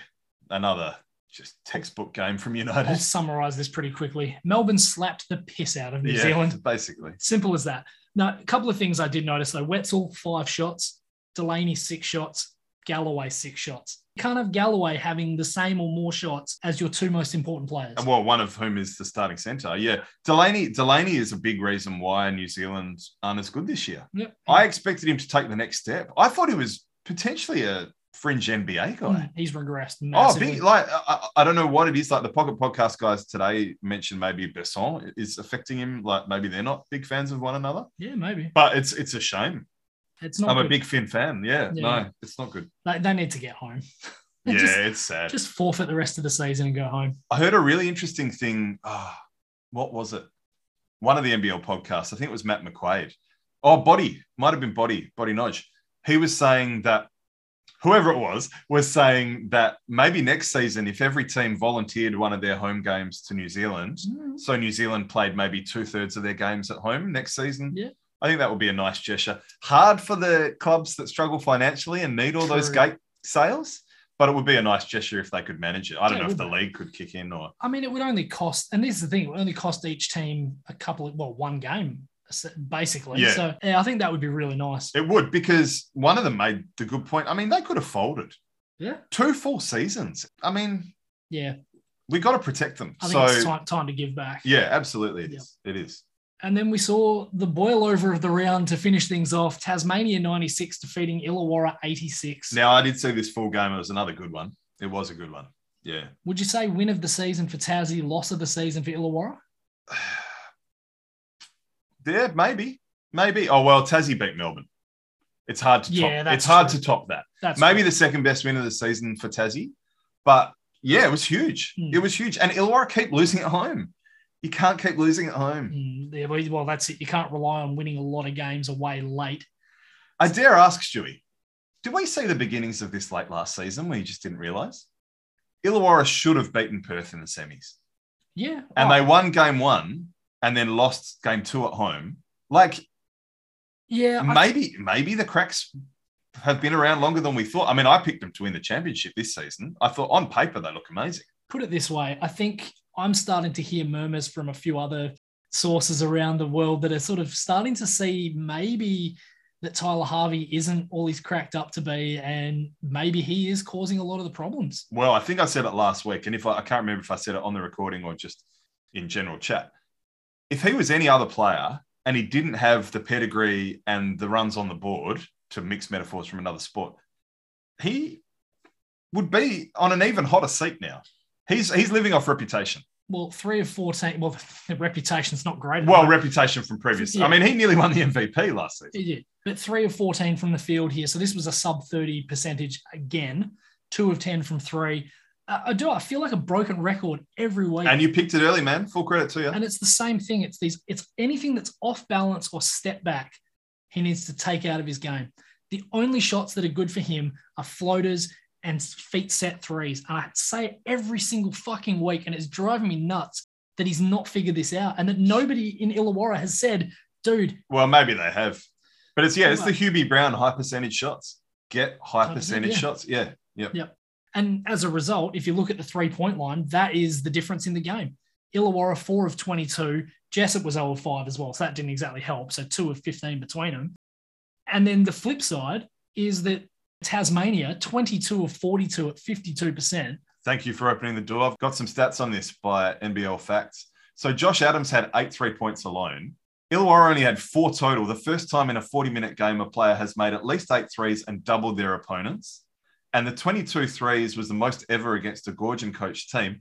another just textbook game from
I'll
United.
summarize this pretty quickly. Melbourne slapped the piss out of New Zealand.
basically.
Simple as that. Now, a couple of things I did notice though. Wetzel, five shots. Delaney, six shots. Galloway, six shots. You can't have Galloway having the same or more shots as your two most important players.
And, Well, one of whom is the starting centre. Yeah, Delaney. Delaney is a big reason why New Zealand aren't as good this year.
Yep.
I expected him to take the next step. I thought he was potentially a fringe NBA guy.
Mm, he's regressed
Oh,
massively.
big, like I, I I don't know what it is. Like the Pocket Podcast guys today mentioned, maybe Besson is affecting him. Like maybe they're not big fans of one another.
yeah, maybe.
But it's it's a shame.
It's not.
I'm a
good.
big Finn fan. Yeah,
Yeah.
no, it's not good.
They, they need to get home.
Yeah,
Just-
it's sad.
Just forfeit the rest of the season and go home.
I heard a really interesting thing. Ah, what was it? One of the NBL podcasts. I think it was Matt McQuaid. Oh, Body. Might have been Body, Body Nodge. He was saying that whoever it was was saying that maybe next season, if every team volunteered one of their home games to New Zealand, so New Zealand played maybe two thirds of their games at home next season.
Yeah.
I think that would be a nice gesture. Hard for the clubs that struggle financially and need all those
True.
gate sales, but it would be a nice gesture if they could manage it. I don't
Yeah,
know if
would
the
they?
league could kick in or
I mean, it would only cost, and this is the thing, it would only cost each team a couple of, well, one game, s- basically.
Yeah.
So yeah, I think that would be really nice.
it would because one of them made the good point. I mean, they could have folded.
Yeah.
Two full seasons. I mean,
Yeah.
we got to protect them.
I think
so
it's time, time to give back.
yeah, absolutely it
Yeah.
is. It is.
And then we saw the boil over of the round to finish things off Tasmania 96 defeating Illawarra 86.
Now I did see this full game. It was another good one. It was a good one. Yeah.
would you say win of the season for Tassie, loss of the season for Illawarra?
Yeah, maybe, maybe. Oh well, Tassie beat Melbourne. It's hard to
Yeah,
top.
that's
It's hard
true.
to top that.
That's
maybe the second best win of the season for Tassie, but yeah, it was huge.
Hmm.
It was huge, and Illawarra keep losing at home. You can't keep losing at home.
Mm, yeah, well, well, that's it. You can't rely on winning a lot of games away late.
I dare ask, Stewie, did we see the beginnings of this late last season where you just didn't realise? Illawarra should have beaten Perth in the semis.
Yeah.
And
oh,
they won game one and then lost game two at home. Like
yeah. I-
maybe, maybe the cracks have been around longer than we thought. I mean, I picked them to win the championship this season. I thought on paper they look amazing.
put it this way i think i'm starting to hear murmurs from a few other sources around the world that are sort of starting to see maybe that tyler harvey isn't all he's cracked up to be and maybe he is causing a lot of the problems
Well, I think I said it last week, and if I, I can't remember if I said it on the recording or just in general chat, if he was any other player and he didn't have the pedigree and the runs on the board, to mix metaphors from another sport, he would be on an even hotter seat now. He's he's living off reputation.
well three of 14 well the reputation's not great at the
Well,
moment.
reputation from previous.
Yeah.
I mean, he nearly won the MVP last season.
Yeah, but three of 14 from the field here. So this was a sub 30 percentage again, two of 10 from three. I, I do. I feel like a broken record every week.
And you picked it early, man. Full credit to you.
and it's the same thing. It's these. It's anything that's off balance or step back, he needs to take out of his game. The only shots that are good for him are floaters and feet set threes. And I say it every single fucking week, and it's driving me nuts that he's not figured this out, and that nobody in Illawarra has said, "Dude,
Well, maybe they have, but it's yeah, it's the Hubie Brown high percentage shots. Get high
High percent,
percentage
yeah.
shots. Yeah, yeah.
And as a result, if you look at the three point line, that is the difference in the game. Illawarra, four of 22. Jessup was 0 of 5 as well. So that didn't exactly help. So two of 15 between them. And then the flip side is that Tasmania, 22 of 42 at 52%.
Thank you for opening the door. I've got some stats on this by NBL Facts. So Josh Adams had eight three points alone. Illawarra only had four total. The first time in a 40 minute game, a player has made at least eight threes and doubled their opponents. And the 22 threes was the most ever against a Gorgian coach team.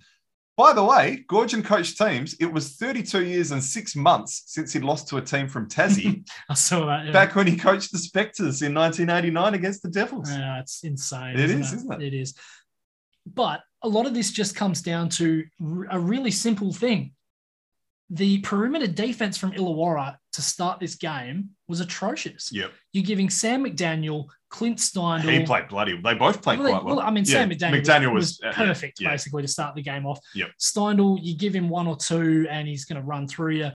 By the way, Gorgian coach teams, it was 32 years and six months since he lost to a team from Tassie
I saw that. yeah.
back when he coached the Spectres in 1989 against the Devils.
Yeah, it's insane.
It
isn't
is, isn't it?
It is. But a lot of this just comes down to r- a really simple thing. The perimeter defense from Illawarra to start this game was atrocious.
Yep.
You're giving Sam McDaniel, Clint Steindl.
He played bloody. They both played
Well, they-
quite well.
well, I mean,
Yeah,
Sam McDaniel, was-
McDaniel
was,
was, uh, yeah,
perfect,
yeah.
basically, to start the game off.
Yep.
Steindl, you give him one or two, and he's going to run through you.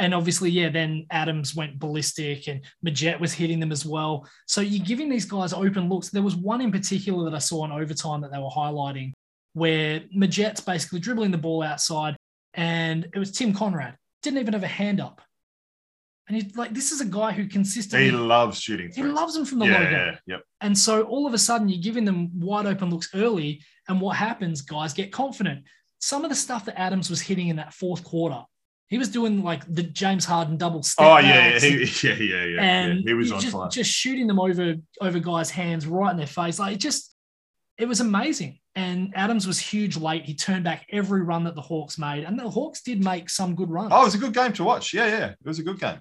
And obviously, yeah, then Adams went ballistic, and Majet was hitting them as well. So you're giving these guys open looks. There was one in particular that I saw in overtime that they were highlighting, where Majet's basically dribbling the ball outside, and it was Tim Conrad didn't even have a hand up. And he's like, this is a guy who consistently
He loves shooting
he
threes.
loves them from the
yeah,
logo.
yeah, yep.
And so all of a sudden, you're giving them wide open looks early. And what happens? Guys get confident. Some of the stuff that Adams was hitting in that fourth quarter, he was doing like the James Harden double step.
Oh yeah, yeah,
backs
he, yeah, yeah, yeah.
and
yeah. He was
you
on
just,
fire.
just shooting them over over guys' hands right in their face. Like it just it was amazing. And Adams was huge late. He turned back every run that the Hawks made. And the Hawks did make some good runs.
Oh, it was a good game to watch. Yeah, yeah, it was a good game.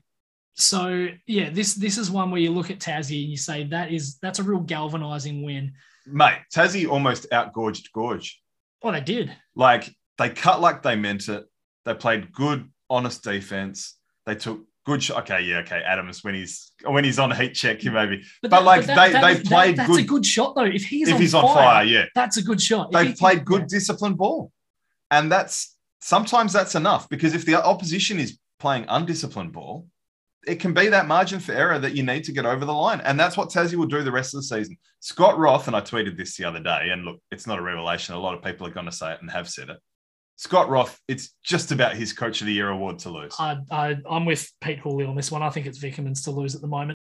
So yeah, this this is one where you look at Tassie and you say that is that's a real galvanizing win.
Mate, Tassie almost outgorged Gorge.
Oh, they did.
Like they cut like they meant it. They played good, honest defense. They took good. Sh- okay, yeah, okay. Adams when he's when he's on a heat check, he maybe. But,
that-
like, they- they played
That's a
good-
good shot though. If he's
if
on
he's
fire,
on fire, yeah.
that's a good shot. If
They've
he-
played good, disciplined ball, and that's sometimes that's enough because if the opposition is playing undisciplined ball, it can be that margin for error that you need to get over the line, and that's what Tassie will do the rest of the season. Scott Roth and I tweeted this the other day, and look, it's not a revelation. A lot of people are going to say it and have said it. Scott Roth, it's just about his Coach of the Year award to lose.
I, I, I'm with Pete Hawley on this one. I think it's Vickerman's to lose at the moment.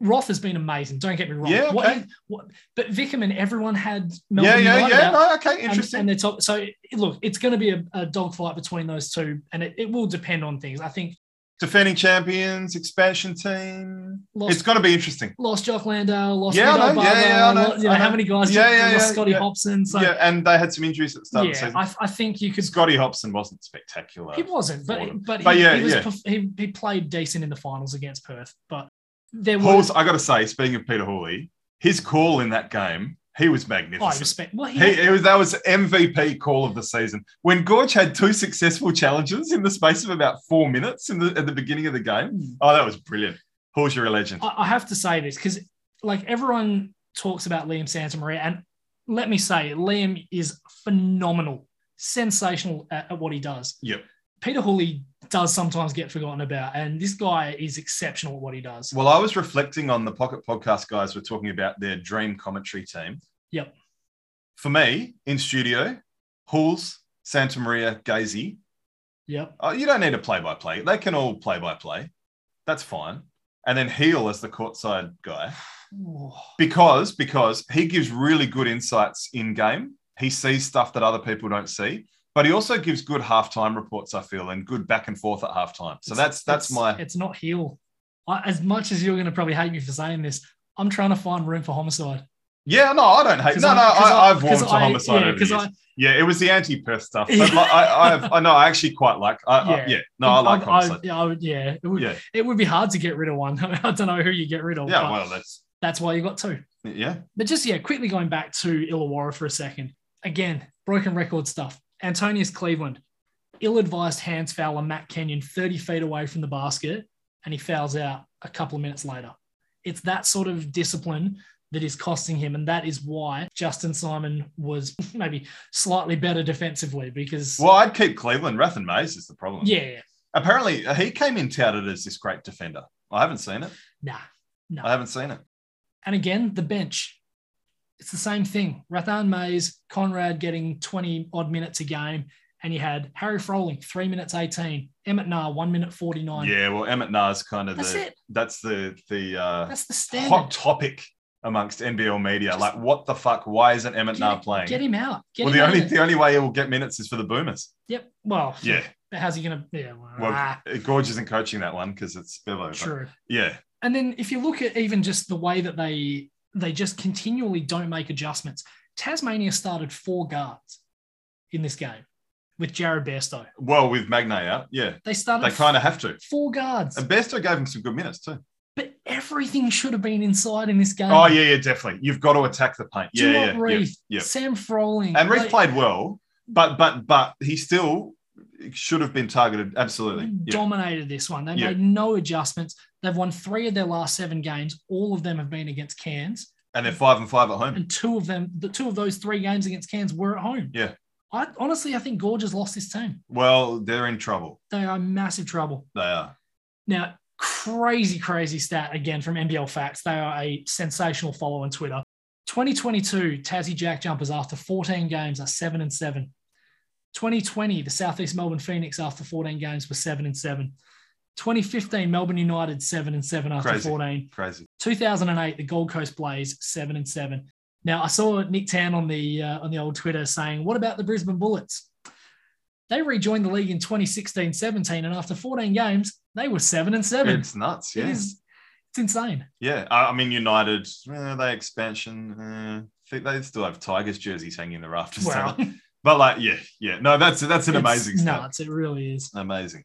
Roth has been amazing. Don't get me wrong.
Yeah,
What
okay.
he- what- but Vickerman, everyone had
yeah,
Melbourne
yeah,
United
yeah.
out,
No, okay,
and-
interesting.
And, they're top. So look, it's going to be a, a dogfight between those two, and it, it will depend on things. I think
Defending champions, expansion team.
Lost-
it's going to be interesting.
lost Jock Landale, lost
Yeah, I
Rigo
know. Yeah,
Barber,
yeah, I know.
lost- you know,
I
how
know.
many guys?
Yeah, yeah,
lost
yeah,
Scotty
yeah.
Hobson. So
yeah, and they had some injuries at the start of the
yeah
season.
I, I think you could
Scotty Hobson wasn't spectacular.
He wasn't,
Gordon.
but but,
uh, But
he,
yeah,
he, was,
yeah.
perf- he he played decent in the finals against Perth, but there was
Hall's, I got to say, speaking of Peter Hawley, his call in that game, he was
I
magnificent.
respect. Well, Oh, he,
He, it was that was MVP call of the season. When Gorge had two successful challenges in the space of about four minutes in the, at the beginning of the game,
Hmm.
oh, that was brilliant.
Oh.
Hall's your legend.
I, I have to say this because like everyone talks about Liam Santamaria, and let me say, Liam is phenomenal, sensational at, at what he does.
Yep.
Peter Hooley does sometimes get forgotten about, and this guy is exceptional at what he does.
Well, I was reflecting on the Pocket Podcast guys were talking about their dream commentary team.
Yep.
For me, in studio, Halls, Santa Maria, Gazy.
Yep.
Oh, you don't need a play by play. They can all play by play. That's fine. And then Heel as the courtside guy.
Oh,
because because he gives really good insights in game. He sees stuff that other people don't see, but he also gives good halftime reports. I feel and good back and forth at halftime. So
it's-
that's that's
it's-
my
It's not heel. I, as much as you're going to probably hate me for saying this, I'm trying to find room for homicide.
yeah. No, I don't hate.
'Cause
No,
I'm-
no,
'cause
I, I've warmed
because
to
I-
homicide
yeah,
over the
'cause
years.
I-
yeah, it was the anti-Perth stuff, but
Yeah.
like, I, I, have, I know I actually quite like. I, I-
Yeah.
yeah. no, I like
I,
homicide.
yeah, I would, yeah, it would,
Yeah.
it would be hard to get rid of one. I don't know who you get rid of.
yeah,
but
well, that's
that's why you got two.
yeah.
But just yeah, quickly going back to Illawarra for a second. Again, broken record stuff. Antonius Cleveland, ill-advised hands foul on Matt Kenyon, 30 feet away from the basket, and he fouls out a couple of minutes later. It's that sort of discipline that is costing him, and that is why Justin Simon was maybe slightly better defensively because
Well, I'd keep Cleveland. Rathan Mays is the problem.
yeah,
Apparently, uh, he came in touted as this great defender. I haven't seen it.
nah,
I haven't seen it.
And again, the bench. It's the same thing. Rathan Mays, Conrad getting 20 odd minutes a game. And you had Harry Froling, three minutes 18. Emmett Nah, one minute 49.
Yeah, well, Emmett Nars kind of
That's
the
it.
that's the the uh,
That's the
hot
standard.
topic amongst NBL media.
Just-
like, what the fuck? Why isn't Emmett
Get-
Nar playing?
Get him out. Get
well,
him
the
out
only
of
the
there.
only way he will get minutes is for the Boomers.
Yep. Well,
Yeah,
How's he going to? Yeah. Well,
well,
ah,
Gorge isn't coaching that one because it's Bevo. but-
true.
Yeah,
And then if you look at even just the way that they they just continually don't make adjustments. Tasmania started four guards in this game with Jared Bairstow.
well, with Magne out, yeah,
They started
they kind of have to.
four guards.
And Besto gave him some good minutes too.
but everything should have been inside in this game.
Oh yeah, yeah, definitely. You've got to attack the paint. Yeah,
Do
yeah,
not
yeah,
Reef,
yeah.
Sam Froling.
And Reef
like,
played well, but but but he still should have been targeted. Absolutely.
Mm.
Yeah.
dominated this one. They
Yeah.
made no adjustments. They've won three of their last seven games. All of them have been against Cairns,
And they're five and five at home.
and two of them, the two of those three games against Cairns were at home.
Yeah.
I honestly I think Gorge has lost this team.
Well, they're in trouble.
They are in massive trouble.
They are.
Now, crazy, crazy stat again from NBL Facts. They are a sensational follow on Twitter. 2022 Tassie Jack Jumpers after 14 games are seven and seven. 2020 the Southeast Melbourne Phoenix after 14 games were seven and seven. 2015 Melbourne United seven and seven after
Crazy.
14.
Crazy.
2008 the Gold Coast Blaze seven and seven. Now I saw Nick Tan on the uh, on the old Twitter saying, "What about the Brisbane Bullets?" They rejoined the league in 2016-17, and after 14 games, they were seven and seven.
It's nuts.
It
Yeah.
is. It's insane.
Yeah. I, I mean, United, eh, they expansion. eh, I think they still have Tigers jerseys hanging in the rafters.
Wow.
don't they? But like, yeah, yeah. No, that's that's an
It's
amazing stat.
Nuts. It really is.
Amazing.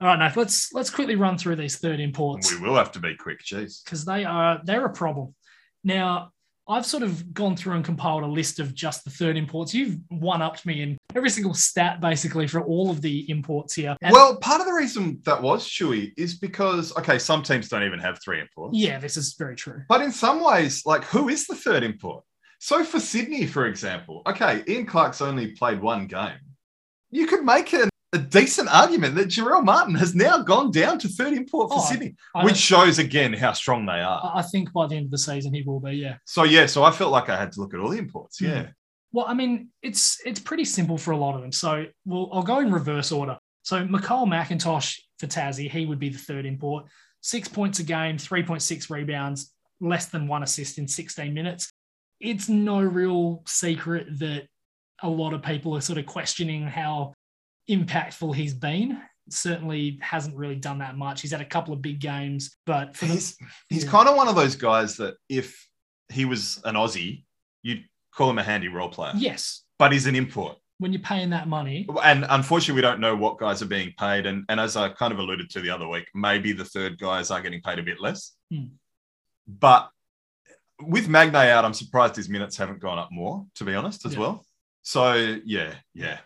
All right, Nath, let's let's quickly run through these third
And
imports
we will have to be quick. Jeez.
because they are they're a problem. Now, I've sort of gone through and compiled a list of just the third imports. You've one upped me in every single stat basically for all of the imports here. And-
well, part of the reason that was Chewy is because okay, some teams don't even have three imports.
yeah, this is very true.
But in some ways, like who is the third import? So for Sydney, for example, okay, Ian Clark's only played one game. You could make an, a decent argument that Jarrell Martin has now gone down to third import for
Oh,
Sydney,
I, Oh.
which shows again how strong they are.
I I think by the end of the season he will be. Yeah.
So yeah, so I felt like I had to look at all the
Hmm.
imports. Yeah.
Well, I mean, it's it's pretty simple for a lot of them. So, well, I'll go in reverse order. So, McCall McIntosh for Tassie, he would be the third import. Six points a game, 3.6 rebounds, less than one assist in 16 minutes. It's no real secret that a lot of people are sort of questioning how impactful he's been. Certainly hasn't really done that much. He's had a couple of big games, but for the,
He's he's
Yeah.
kind of one of those guys that if he was an Aussie, you'd call him a handy role player.
yes,
But he's an import.
when you're paying that money,
And unfortunately, we don't know what guys are being paid. And, and as I kind of alluded to the other week, maybe the third guys are getting paid a bit less.
Hmm.
But with Magne out, I'm surprised his minutes haven't gone up more, to be honest, as
Yeah.
well. So, yeah, yeah.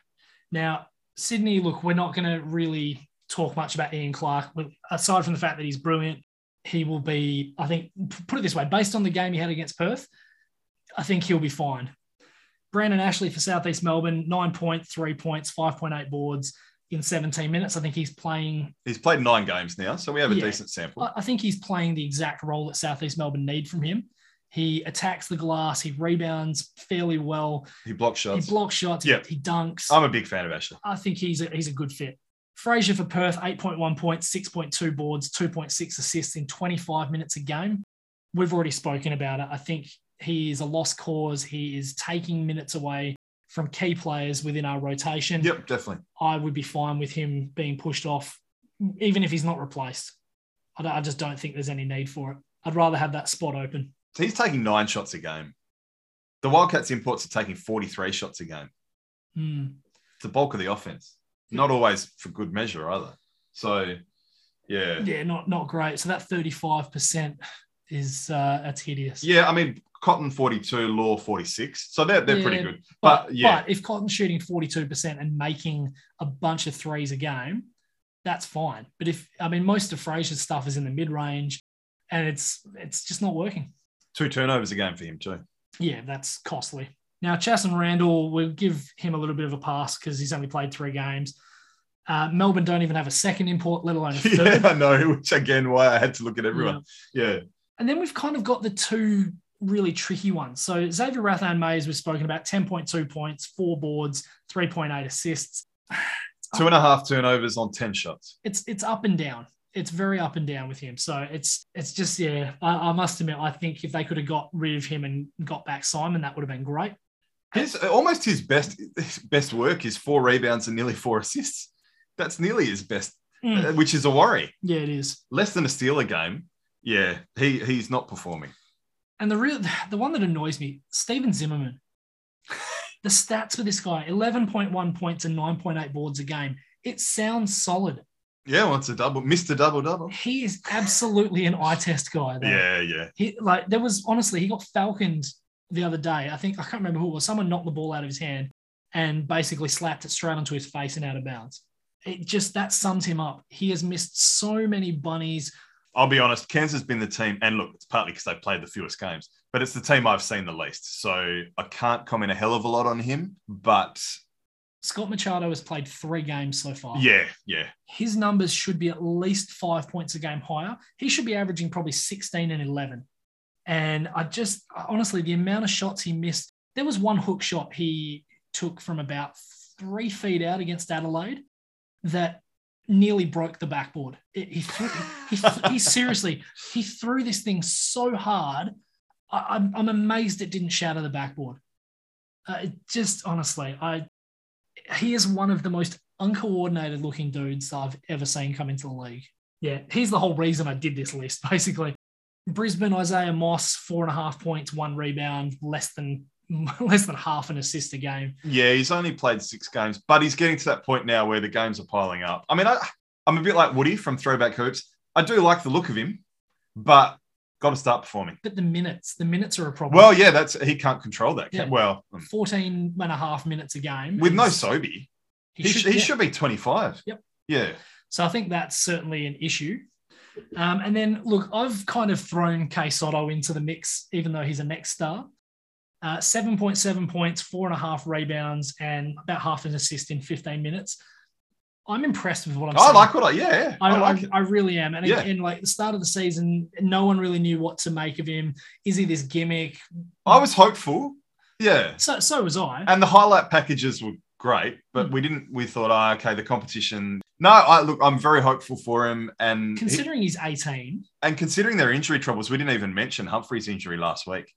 Now, Sydney, look, we're not going to really talk much about Ian Clark, but aside from the fact that he's brilliant, he will be, I think, p- put it this way, based on the game he had against Perth, I think he'll be fine. Brandon Ashley for Southeast Melbourne, nine points, three points, 5.8 boards in 17 minutes. I think he's playing,
He's played nine games now, so we have a
Yeah. Oh,
decent sample.
I I think he's playing the exact role that Southeast Melbourne need from him. He attacks the glass, he rebounds fairly well,
He blocks shots.
he blocks shots,
Yeah.
he dunks.
I'm a big fan of Ashley.
I think he's a, he's a good fit. Frazier for Perth, 8.1 points, 6.2 boards, 2.6 assists in 25 minutes a game. We've already spoken about it. I think he is a lost cause. He is taking minutes away from key players within our rotation.
Yep, definitely.
I would be fine with him being pushed off, even if he's not replaced. I, don't- I just don't think there's any need for it. I'd rather have that spot open.
So he's taking nine shots a game. The Wildcats imports are taking 43 shots a game.
Hmm.
It's the bulk of the offense. Not always for good measure either. So, yeah.
Yeah, not not great. So that 35% is uh, that's hideous.
Yeah, I mean, Cotton 42, Law 46. So they're, they're pretty
Yeah,
good. But, yeah,
but if Cotton's shooting 42% and making a bunch of threes a game, that's fine. But if I mean most of Frazier's stuff is in the mid range and it's it's just not working.
two turnovers a game for him, too.
Yeah, that's costly. Now Chas and Randall, we'll give him a little bit of a pass because he's only played three games. Uh, Melbourne don't even have a second import, let alone a
yeah,
third.
I know, which again, why I had to look at everyone. Yeah.
And then we've kind of got the two really tricky ones. So Xavier Rathan Mays, we've spoken about 10.2 points, four boards, 3.8 assists.
Two and a half turnovers on 10 shots.
it's it's up and down. It's very up and down with him. So it's it's just yeah. I, I must admit, I think if they could have got rid of him and got back Simon, that would have been great.
His almost his best his best work is four rebounds and nearly four assists. That's nearly his best,
Mm,
uh, which is a worry.
yeah, it is.
Less than a steal a game. Yeah, he he's not performing.
And the real the one that annoys me, Steven Zimmerman. the stats for this guy: eleven point one points and nine point eight boards a game. It sounds solid.
Yeah, wants a double, Mr. Double Double.
He is absolutely an eye test guy. Though.
Yeah, yeah.
He like there was honestly he got falconed the other day. I think I can't remember who it was. Someone knocked the ball out of his hand and basically slapped it straight onto his face and out of bounds. It just that sums him up. He has missed so many bunnies.
I'll be honest, Kansas has been the team, and look, it's partly because they played the fewest games, but it's the team I've seen the least. So I can't comment a hell of a lot on him. But
Scott Machado has played three games so far.
yeah, yeah.
His numbers should be at least five points a game higher. He should be averaging probably 16 and 11. And I just honestly, the amount of shots he missed, there was one hook shot he took from about three feet out against Adelaide that nearly broke the backboard. It- he, threw, he, he, he seriously, he threw this thing so hard. I, I'm, I'm amazed it didn't shatter the backboard. Uh, it just honestly, I he is one of the most uncoordinated looking dudes that I've ever seen come into the league. Yeah, he's the whole reason I did this list, basically. Brisbane Isaiah Moss, four and a half points, one rebound, less than less than half an assist a game.
Yeah, he's only played six games, but he's getting to that point now where the games are piling up. I mean, I, I'm a bit like Woody from Throwback Hoops. I do like the look of him, but got to start performing.
But the minutes, the minutes are a problem.
Well, yeah, that's he can't control that. Can,
Yeah.
Well, hmm.
14 and a half minutes a game.
with no
is-
Sobi,
he
he, sh-
should-
he
yeah.
should be 25.
Yep.
Yeah.
So I think that's certainly an issue. Um, and then look, I've kind of thrown K Soto into the mix, even though he's a next star. Uh, 7.7 points, four and a half rebounds, and about half an assist in 15 minutes. I'm impressed with what I'm
I
seeing.
like what I, yeah, yeah,
I,
I like
I-
it.
I really am. And
Yeah.
again, like the start of the season, no one really knew what to make of him. Is he this gimmick?
I was hopeful. Yeah.
So, so was I.
And the highlight packages were great, but we didn't, we thought, ah, okay, the competition. No, I look, I'm very hopeful for him. And he-
Considering he's 18,
and considering their injury troubles, we didn't even mention Humphrey's injury last week.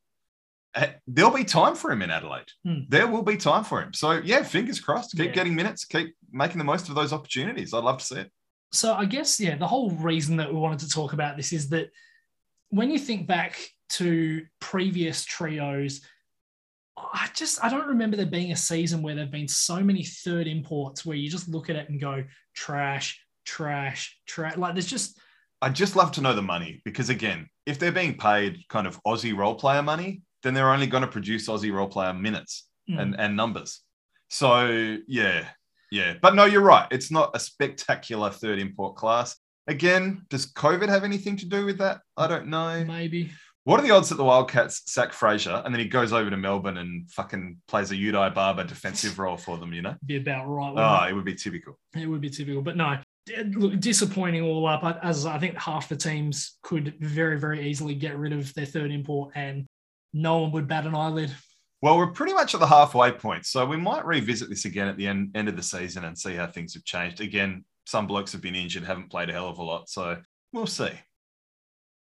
Uh, There'll be time for him in Adelaide.
Hmm.
There will be time for him. So yeah, fingers crossed. Keep
Yeah.
getting minutes. Keep making the most of those opportunities. I'd love to see it.
so I guess yeah, the whole reason that we wanted to talk about this is that when you think back to previous trios, I just I don't remember there being a season where there've been so many third imports where you just look at it and go trash, trash, trash. Like there's just
I'd just love to know the money because again, if they're being paid kind of Aussie role player money, then they're only going to produce Aussie role player minutes
mm,
and, and numbers. So yeah, yeah. But no, you're right. It's not a spectacular third import class. Again, does COVID have anything to do with that? I don't know.
maybe
What are the odds that the Wildcats sack Fraser and then he goes over to Melbourne and fucking plays a Udai Barber defensive role for them, you know?
Be about right. wouldn't
Oh, it would be typical.
it? It would be typical, but no. D- Look, disappointing all up. I- As I think half the teams could very, very easily get rid of their third import, and no one would bat an eyelid.
Well, we're pretty much at the halfway point. So we might revisit this again at the end, end of the season and see how things have changed. Again, some blokes have been injured, haven't played a hell of a lot. So we'll see.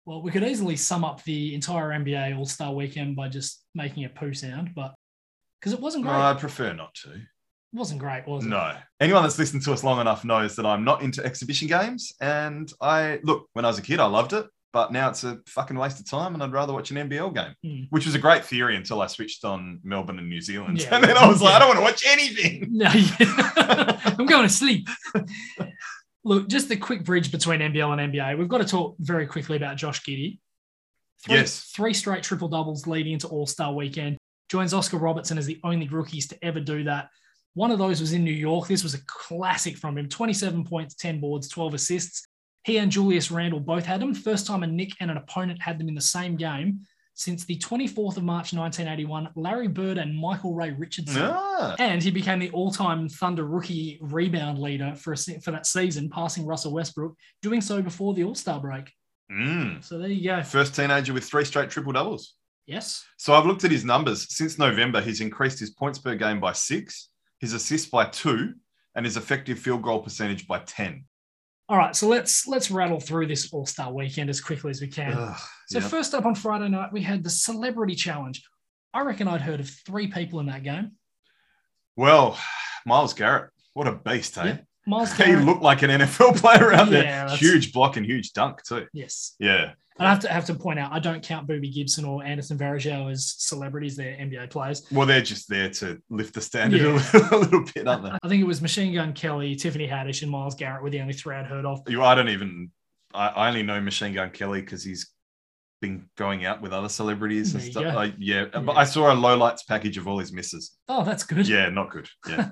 Well, we could easily sum up the entire NBA All Star Weekend by just making a poo sound, but because it wasn't
No,
great,
I prefer not to.
it wasn't great, was it?
No. Anyone that's listened to us long enough knows that I'm not into exhibition games. And I look, when I was a kid, I loved it, but now it's a fucking waste of time and I'd rather watch an NBL game,
Hmm.
which was a great theory until I switched on Melbourne and New Zealand.
Yeah.
And then I was like,
Yeah.
I don't want to watch anything.
No, yeah. I'm going to sleep. Look, just the quick bridge between NBL and NBA. We've got to talk very quickly about Josh Giddy. Three,
Yes.
Three straight triple doubles leading into All Star weekend. Joins Oscar Robertson as the only rookies to ever do that. One of those was in New York. This was a classic from him 27 points, 10 boards, 12 assists. He and Julius Randle both had them. First time a Nick and an opponent had them in the same game since the 24th of March 1981. Larry Bird and Michael Ray Richardson.
Ah.
And he became the all-time Thunder rookie rebound leader for a, se- for that season, passing Russell Westbrook, doing so before the All-Star break.
Mm.
So there you go.
First teenager with three straight triple doubles.
Yes.
So I've looked at his numbers. Since November, he's increased his points per game by six, his assists by two, and his effective field goal percentage by 10.
All right. So let's let's rattle through this All-Star weekend as quickly as we can.
Ugh,
so
yep.
first up on Friday night, we had the Celebrity Challenge. I reckon I'd heard of three people in that game.
Well, Miles Garrett, what a beast, hey?
Yep, Miles
He
Garrett.
looked like an NFL player out there.
Yeah, that's-
Huge block and huge dunk, too.
yes.
Yeah.
And I have to have to point out, I don't count Booby Gibson or Anderson Varejao as celebrities. They're NBA players.
Well, they're just there to lift the standard
Yeah.
a, little, a little bit, aren't
I think it was Machine Gun Kelly, Tiffany Haddish, and Miles Garrett were the only three I'd heard of.
they? You, I don't even, I, I only know Machine Gun Kelly because he's been going out with other celebrities and
There you
stuff.
go.
Like, yeah. But
Yeah.
I saw a lowlights package of all his misses.
Oh, that's good.
Yeah, not good. Yeah.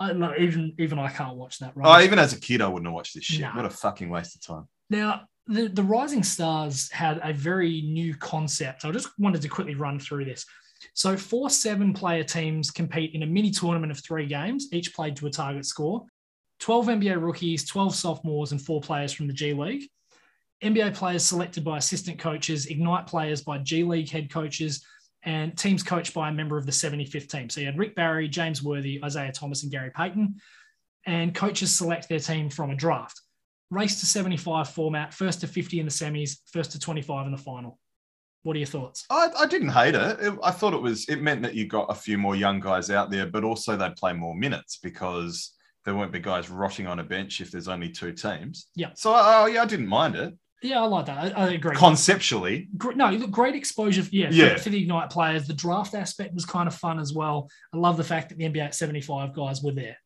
I, no, even even I can't watch that.
oh,
Right.
even as a kid, I wouldn't have watched this shit.
Nah.
What a fucking waste of time.
now, the the Rising Stars had a very new concept. I just wanted to quickly run through this. So, four seven player teams compete in a mini tournament of three games, each played to a target score. 12 NBA rookies, 12 sophomores, and four players from the G League. NBA players selected by assistant coaches, Ignite players by G League head coaches, and teams coached by a member of the 75th team. So you had Rick Barry, James Worthy, Isaiah Thomas, and Gary Payton. And coaches select their team from a draft. Race to 75 format, first to 50 in the semis, first to 25 in the final. What are your thoughts?
I, I didn't hate it. it. I thought it was. It meant that you got a few more young guys out there, but also they'd play more minutes because there won't be guys rotting on a bench if there's only two teams.
Yeah.
So I, I, yeah, I didn't mind it
Yeah, I like that. I, I agree.
conceptually.
Gr- no, look, great exposure. Yeah, for-
Yeah.
For, the Ignite players, the draft aspect was kind of fun as well. I love the fact that the NBA 75 guys were there.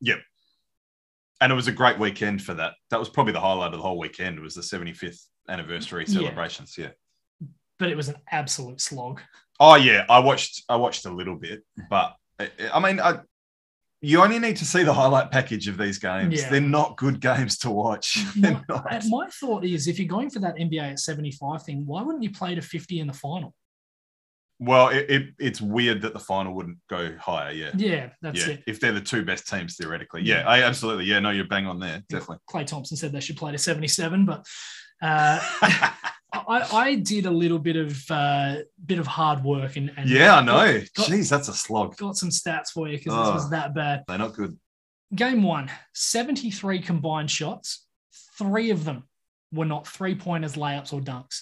And it was a great weekend for that. That was probably the highlight of the whole weekend. Was the 75th anniversary
Yeah.
celebrations. Yeah.
but it was an absolute slog.
Oh yeah, I watched. I watched a little bit, but I, I mean, I, you only need to see the highlight package of these games.
Yeah.
They're not good games to watch. They're not.
And my thought is, if you're going for that NBA at 75 thing, why wouldn't you play to 50 in the final?
Well, it, it, it's weird that the final wouldn't go higher. Yeah.
Yeah, that's
yeah.
it.
If they're the two best teams, theoretically. Yeah,
Yeah.
I absolutely. Yeah. No, you're bang on there. Definitely.
Clay Thompson said they should play to 77, but uh, I, I did a little bit of uh, bit of hard work and, and
yeah, I know.
got-
Jeez, that's a slog.
Got some stats for you because
Oh.
this was that bad.
They're not good.
Game one, 73 combined shots. Three of them were not three pointers, layups, or dunks.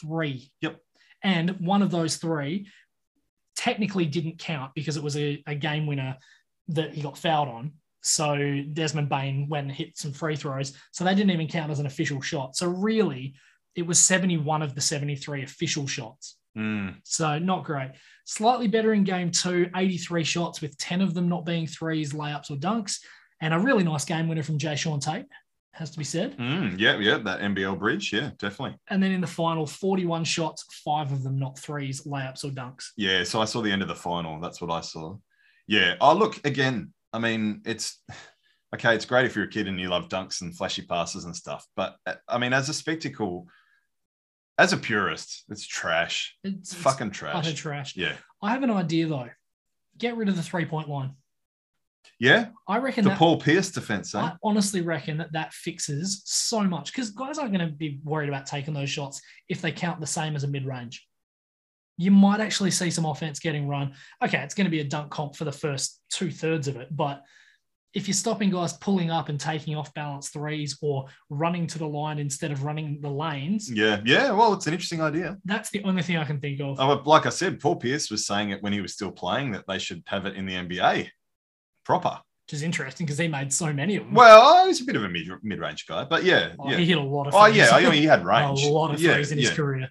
Three.
Yep.
And one of those three technically didn't count because it was a, a game winner that he got fouled on. So Desmond Bain went and hit some free throws. So they didn't even count as an official shot. So really, it was 71 of the 73 official shots.
Mm.
So not great. Slightly better in game two, 83 shots with 10 of them not being threes, layups, or dunks. And a really nice game winner from Jay Sean Tate, has to be said.
Mm. Yeah. Yeah. That NBL bridge. Yeah. Definitely.
And then in the final, 41 shots, five of them not threes, layups, or dunks.
Yeah. So I saw the end of the final. That's what I saw. Yeah. Oh, look again. I mean, it's okay. It's great if you're a kid and you love dunks and flashy passes and stuff. But uh, I mean, as a spectacle, As a purist, it's trash.
It's,
It's fucking
it's utter
trash.
trash.
yeah.
I have an idea though. Get rid of the three point line.
Yeah.
I reckon
The
that
Paul Pierce defense, eh?
I honestly reckon that that fixes so much because guys aren't going to be worried about taking those shots if they count the same as a mid range. You might actually see some offense getting run. Okay, it's going to be a dunk comp for the first two thirds of it, but if you're stopping guys pulling up and taking off balance threes or running to the line instead of running the lanes,
Yeah. Yeah. Well, it's an interesting idea.
that's the only thing I can think of.
Oh, but like I said, Paul Pierce was saying it when he was still playing that they should have it in the NBA proper.
which is interesting because he made so many of them.
Well, oh, he's a bit of a mid mid range guy, but yeah,
Oh,
yeah.
He hit a lot of
Oh
threes.
yeah, I mean, he had range.
a lot of
yeah,
threes in
yeah.
his career.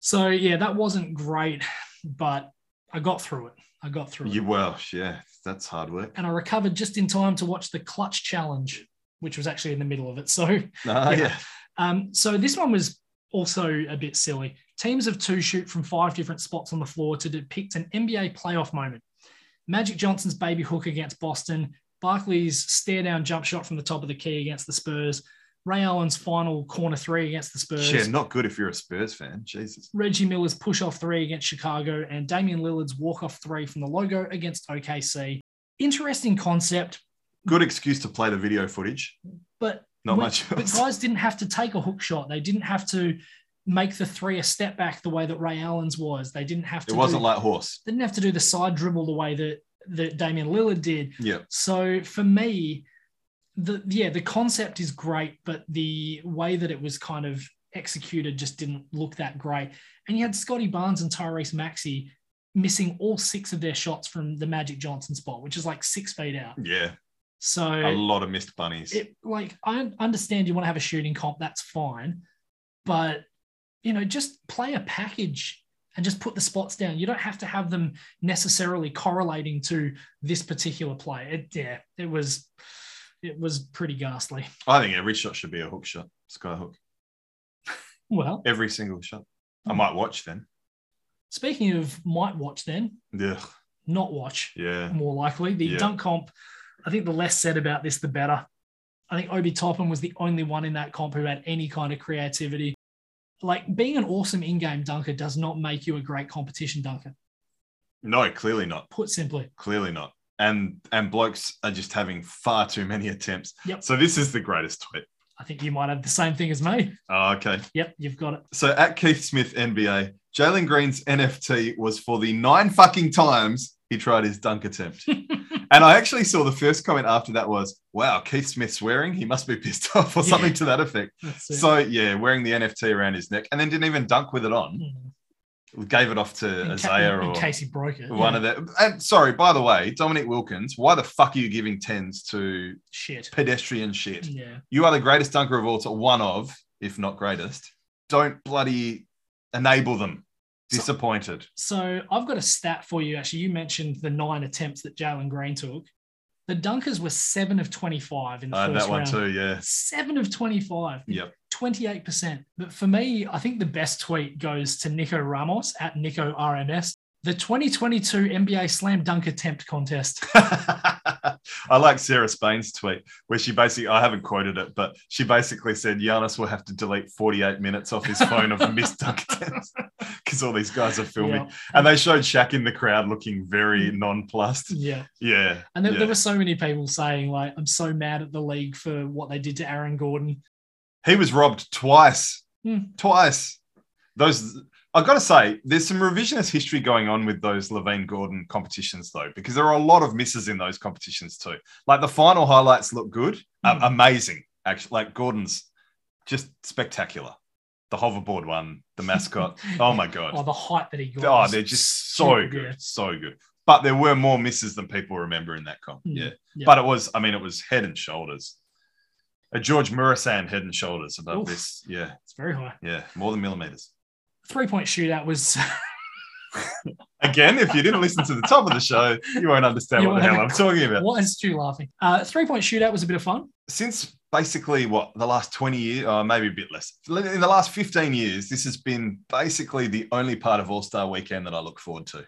So yeah, that wasn't great, but I got through it. I got through
You,
it.
well, yeah, that's hard work.
And I recovered just in time to watch the clutch challenge, which was actually in the middle of it. So
Ah,
Yeah.
yeah.
um, so this one was also a bit silly. Teams of two shoot from five different spots on the floor to depict an NBA playoff moment. Magic Johnson's baby hook against Boston, Barkley's stare down jump shot from the top of the key against the Spurs, Ray Allen's final corner three against the Spurs.
Yeah, not good if you're a Spurs fan. Jesus.
Reggie Miller's push off three against Chicago and Damian Lillard's walk off three from the logo against OKC. Interesting concept,
Good excuse to play the video footage.
but
Not
when-
much
But
else.
guys didn't have to take a hook shot. They didn't have to make the three a step back the way that Ray Allen's was. They didn't have to.
It wasn't
do,
like horse.
They didn't have to do the side dribble the way that that Damian Lillard did.
Yeah.
So for me, the yeah, the concept is great, but the way that it was kind of executed just didn't look that great. And you had Scotty Barnes and Tyrese Maxey missing all six of their shots from the Magic Johnson spot, which is like six feet out.
Yeah. A
So
lot of missed bunnies.
it like I understand you want to have a shooting comp, that's fine. But you know, just play a package and just put the spots down. You don't have to have them necessarily correlating to this particular play. It, yeah, it was it was pretty ghastly.
I think every shot should be a hook shot, sky hook.
Well,
Every single shot. I
Hmm.
might watch then.
speaking of might watch then,
Yeah.
not watch,
Yeah.
more likely. The
Yeah.
dunk comp, I think the less said about this, the better. I think Obi Toppin was the only one in that comp who had any kind of creativity. Like being an awesome in-game dunker does not make you a great competition dunker.
No, clearly not.
Put simply,
clearly not and and blokes are just having far too many attempts
Yep.
so this is the greatest tweet
I think you might have the same thing as me.
oh, okay
Yep, you've got it.
so at keith smith nba jalen green's nft was for the nine fucking times he tried his dunk attempt and i actually saw the first comment after that was wow keith smith swearing he must be pissed off or
Yeah.
something to that effect
That's it.
so yeah wearing the nft around his neck and then didn't even dunk with it on
Mm.
gave it off to
And Ca-
isaiah
and
or
Casey broke it.
one
Yeah.
of the and sorry by the way dominic wilkins why the fuck are you giving tens to
shit.
pedestrian shit.
Yeah.
You are the greatest dunker of all time, one of, if not greatest. Don't bloody enable them. Disappointed.
So I've got a stat for you. Actually, you mentioned the nine attempts that Jalen Green took. The dunkers were seven of twenty-five in the
I had
first
that one
round.
too, yeah.
Seven of 25.
Yep.
28%. But for me, I think the best tweet goes to Nico Ramos at Nico RMS. The 2022 NBA Slam Dunk Attempt Contest.
I like Sarah Spain's tweet where she basically, I haven't quoted it, but she basically said Giannis will have to delete 48 minutes off his phone of missed dunk attempts because all these guys are filming.
Yeah. Mm.
And they showed Shaq in the crowd looking very nonplussed.
Yeah.
Yeah.
And there,
yeah.
there were so many people saying, like, I'm so mad at the league for what they did to Aaron Gordon.
He was robbed twice.
Hmm.
Twice. Those I gotta say, there's some revisionist history going on with those Levine Gordon competitions, though, because there are a lot of misses in those competitions too. Like the final highlights look good, uh,
Hmm.
amazing. Actually, like Gordon's just spectacular. The hoverboard one, the mascot. oh my god.
Or the height that he got.
Oh,
was
they're just so
stupid,
good,
yeah.
so good. But there were more misses than people remember in that comp.
Mm,
Yeah.
yeah.
but it was, I mean, it was head and shoulders. A George Murison head and shoulders above
Oof.
this. Yeah,
It's very high.
yeah, more than millimeters.
Three point shootout was.
Again, if you didn't listen to the top of the show, you won't understand
You
what the
won't
hell I'm talking about.
Why is Stu laughing? Uh, Three point shootout was a bit of fun.
Since basically what the last 20 years, or maybe a bit less, in the last 15 years, this has been basically the only part of All Star Weekend that I look forward to.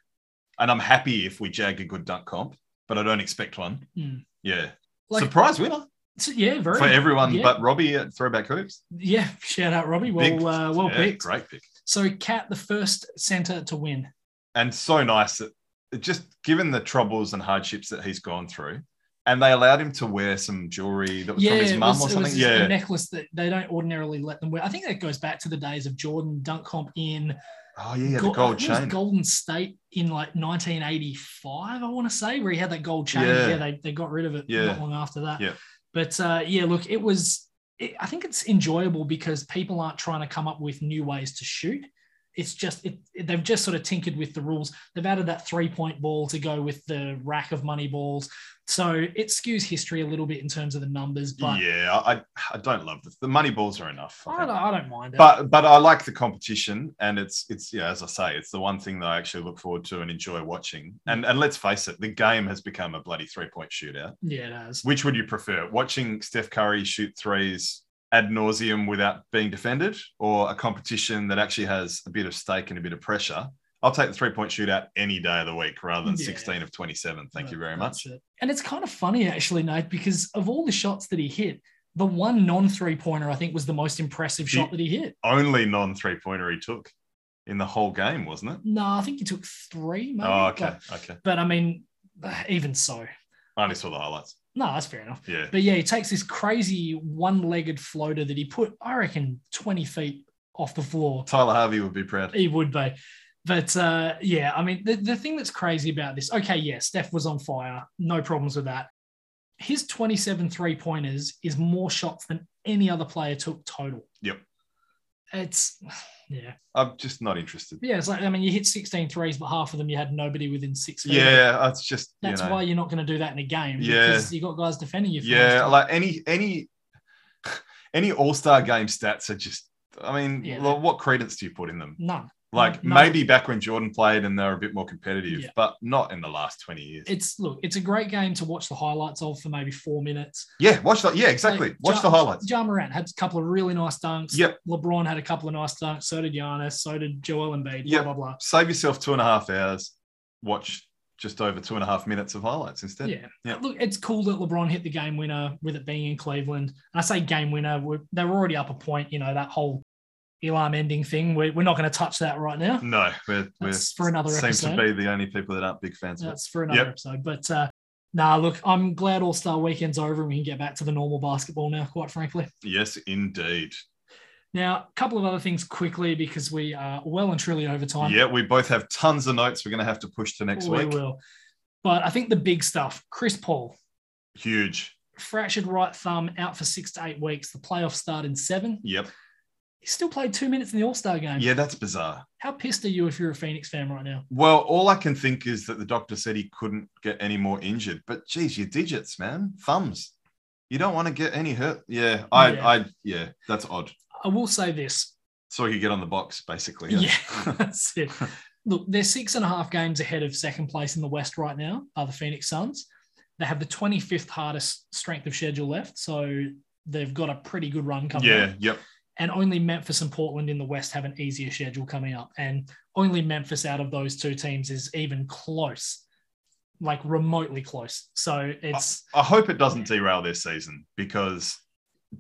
And I'm happy if we jag a good dunk comp, but I don't expect one.
Mm.
Yeah.
Like-
Surprise winner.
So, yeah, very.
for everyone
yeah.
but Robbie at Throwback Hoops.
yeah, shout out Robbie. Well,
Big-
uh, well
Yeah,
picked.
Great pick.
So Cat, the first center to win.
And so nice that it just given the troubles and hardships that he's gone through, and they allowed him to wear some jewelry that was
Yeah,
from his
it
mum
was-
or
it was
something.
a
Yeah.
necklace that they don't ordinarily let them wear. I think that goes back to the days of Jordan dunk comp in
Oh, yeah, yeah, the
Go-
gold
I think it was
chain.
Golden State in like 1985, I want to say, where he had that gold chain.
Yeah.
Yeah, they, they got rid of it
Yeah.
not long after that.
Yeah.
But uh, yeah, look, it was, it, I think it's enjoyable because people aren't trying to come up with new ways to shoot. It's just, it, it- they've just sort of tinkered with the rules. They've added that three point ball to go with the rack of money balls. So it skews history a little bit in terms of the numbers, but
Yeah, I, I don't love this. The money balls are enough. I
I,
think.
don't, I don't mind it.
but but I like the competition, and it's it's yeah, as I say, it's the one thing that I actually look forward to and enjoy watching. And and let's face it, the game has become a bloody three point shootout.
yeah, it has.
Which would you prefer, watching Steph Curry shoot threes ad nauseum without being defended, or a competition that actually has a bit of stake and a bit of pressure? I'll take the three point shootout any day of the week rather than
Yeah.
sixteen of twenty seven. Thank
That-
you very
that's
much.
it. And it's kind of funny actually, Nate, because of all the shots that he hit, the one non-three pointer I think was the most impressive shot that he hit.
Only non three pointer he took in the whole game, wasn't it?
No, I think he took three. Maybe,
Oh, okay,
But,
okay.
but, I mean, even so,
I only saw the highlights.
no, that's fair enough.
Yeah.
But yeah, he takes this crazy one-legged floater that he put, I reckon, twenty feet off the floor.
Tyler Harvey would be proud.
He would be. But uh, yeah, I mean, the, the thing that's crazy about this, okay, yeah, Steph was on fire. No problems with that. His 27 three pointers is more shots than any other player took total.
Yep.
It's, yeah.
I'm just not interested.
Yeah. It's like, I mean, you hit 16 threes, but half of them you had nobody within six feet.
Yeah, that's just
That's
you know,
why you're not going to do that in a game.
Yeah.
Because you got guys defending you. for most
Yeah,
of it.
like any any any All Star game stats are just. I mean,
Yeah.
like, what credence do you put in them?
none.
Like
no.
maybe back when Jordan played and they were a bit more competitive,
Yeah.
but not in the last twenty years.
It's, look, it's a great game to watch the highlights of for maybe four minutes.
yeah, watch the yeah exactly.
Like,
watch
Ja-
the highlights.
Ja Morant had a couple of really nice dunks.
Yep.
LeBron had a couple of nice dunks. So did Giannis. So did Joel Embiid.
Yep.
Blah blah
Save yourself two and a half hours. Watch just over two and a half minutes of highlights
blah.
instead.
Yeah.
Yep.
Look, it's cool that LeBron hit the game winner with it being in Cleveland. And I say game winner. We're, they were already up a point. You know that whole Elam ending thing. We're, we're not going to touch that right now.
No, we're, we're
That's for another
seems to
episode.
be the only people that aren't big fans of it.
That's for another
Yep.
episode. But uh, nah, look, I'm glad All Star Weekend's over and we can get back to the normal basketball now. Quite frankly.
Yes, indeed.
Now, a couple of other things quickly because we are well and truly over time.
Yeah, we both have tons of notes. We're going to have to push to next
we
week.
will. But I think the big stuff, Chris Paul,
Huge.
fractured right thumb, out for six to eight weeks. The playoffs start in seven.
Yep.
He still played two minutes in the All Star game.
Yeah, that's bizarre.
How pissed are you if you're a Phoenix fan right now?
Well, all I can think is that the doctor said he couldn't get any more injured. But geez, your digits, man, thumbs. You don't want to get any hurt. Yeah, I,
Yeah.
I, yeah, that's odd.
I will say this.
So you get on the box, basically.
Yeah, that's it. Look, they're six and a half games ahead of second place in the West right now, are the Phoenix Suns. They have the 25th hardest strength of schedule left. So they've got a pretty good run coming up.
yeah. Yep.
and only Memphis and Portland in the West have an easier schedule coming up. And only Memphis out of those two teams is even close, like remotely close. So it's
I hope it doesn't derail their season because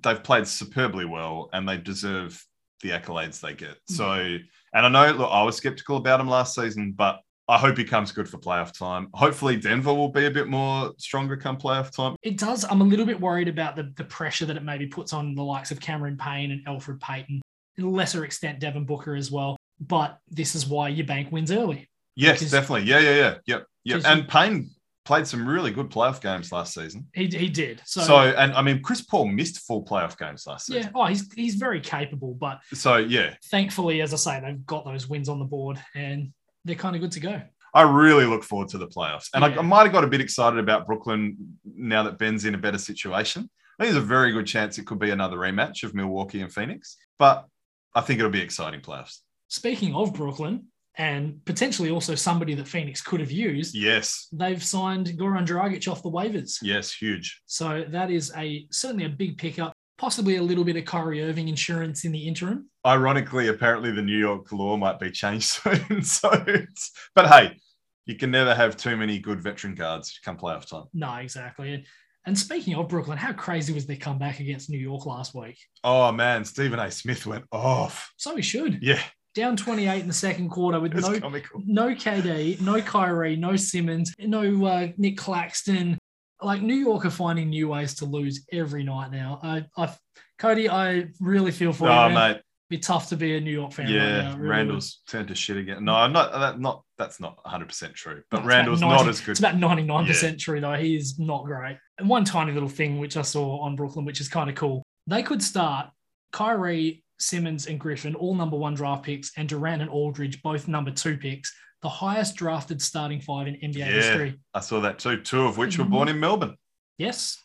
they've played superbly well and they deserve the accolades they get.
Hmm.
So, and I know, look, I was skeptical about him last season, but I hope he comes good for playoff time. Hopefully, Denver will be a bit more stronger come playoff time.
it does. I'm a little bit worried about the the pressure that it maybe puts on the likes of Cameron Payne and Alfred Payton, and lesser extent Devin Booker as well. But this is why your bank wins early.
Yes,
Because-
definitely. Yeah, yeah, yeah. Yep. Yep.
Because
And Payne played some really good playoff games last season.
He, he did. So,
So, and I mean, Chris Paul missed four playoff games last
yeah.
season.
Oh, he's he's very capable. But
So, yeah,
thankfully, as I say, they've got those wins on the board and they're kind of good to go.
I really look forward to the playoffs. And I,
Yeah.
I might have got a bit excited about Brooklyn now that Ben's in a better situation. I think there's a very good chance it could be another rematch of Milwaukee and Phoenix, but I think it'll be exciting playoffs.
Speaking of Brooklyn, and potentially also somebody that Phoenix could have used,
Yes.
they've signed Goran Dragic off the waivers.
Yes. Huge.
So that is a certainly a big pickup, possibly a little bit of Kyrie Irving insurance in the interim.
Ironically, apparently the New York law might be changed soon. So, it's, but hey, you can never have too many good veteran guards come playoff time.
No, exactly. And And speaking of Brooklyn, how crazy was their comeback against New York last week?
Oh man, Stephen A. Smith went off.
So we should.
Yeah,
Down 28 in the second quarter with
it was
no
comical.
no KD, no Kyrie, no Simmons, no uh, Nick Claxton. Like New York are finding new ways to lose every night now. I, I, Cody, I really feel for you.
Oh
man.
mate,
It'd be tough to be a New York fan. right
yeah,
now, it really would.
Randall's turned to shit again. No, I'm not that not that's not 100 percent true. But
No, it's about
Randall's
90
not as good.
It's about 99% true, though. He is not great. And one tiny little thing which I saw on Brooklyn, which is kind of cool. They could start Kyrie, Simmons, and Griffin, all number one draft picks, and Durant and Aldridge, both number two picks, the highest drafted starting five in NBA
Yeah.
history.
I saw that too. Two of which were
Mm-hmm.
born in Melbourne.
Yes.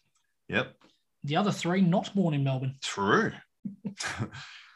Yep,
The other three not born in Melbourne.
true.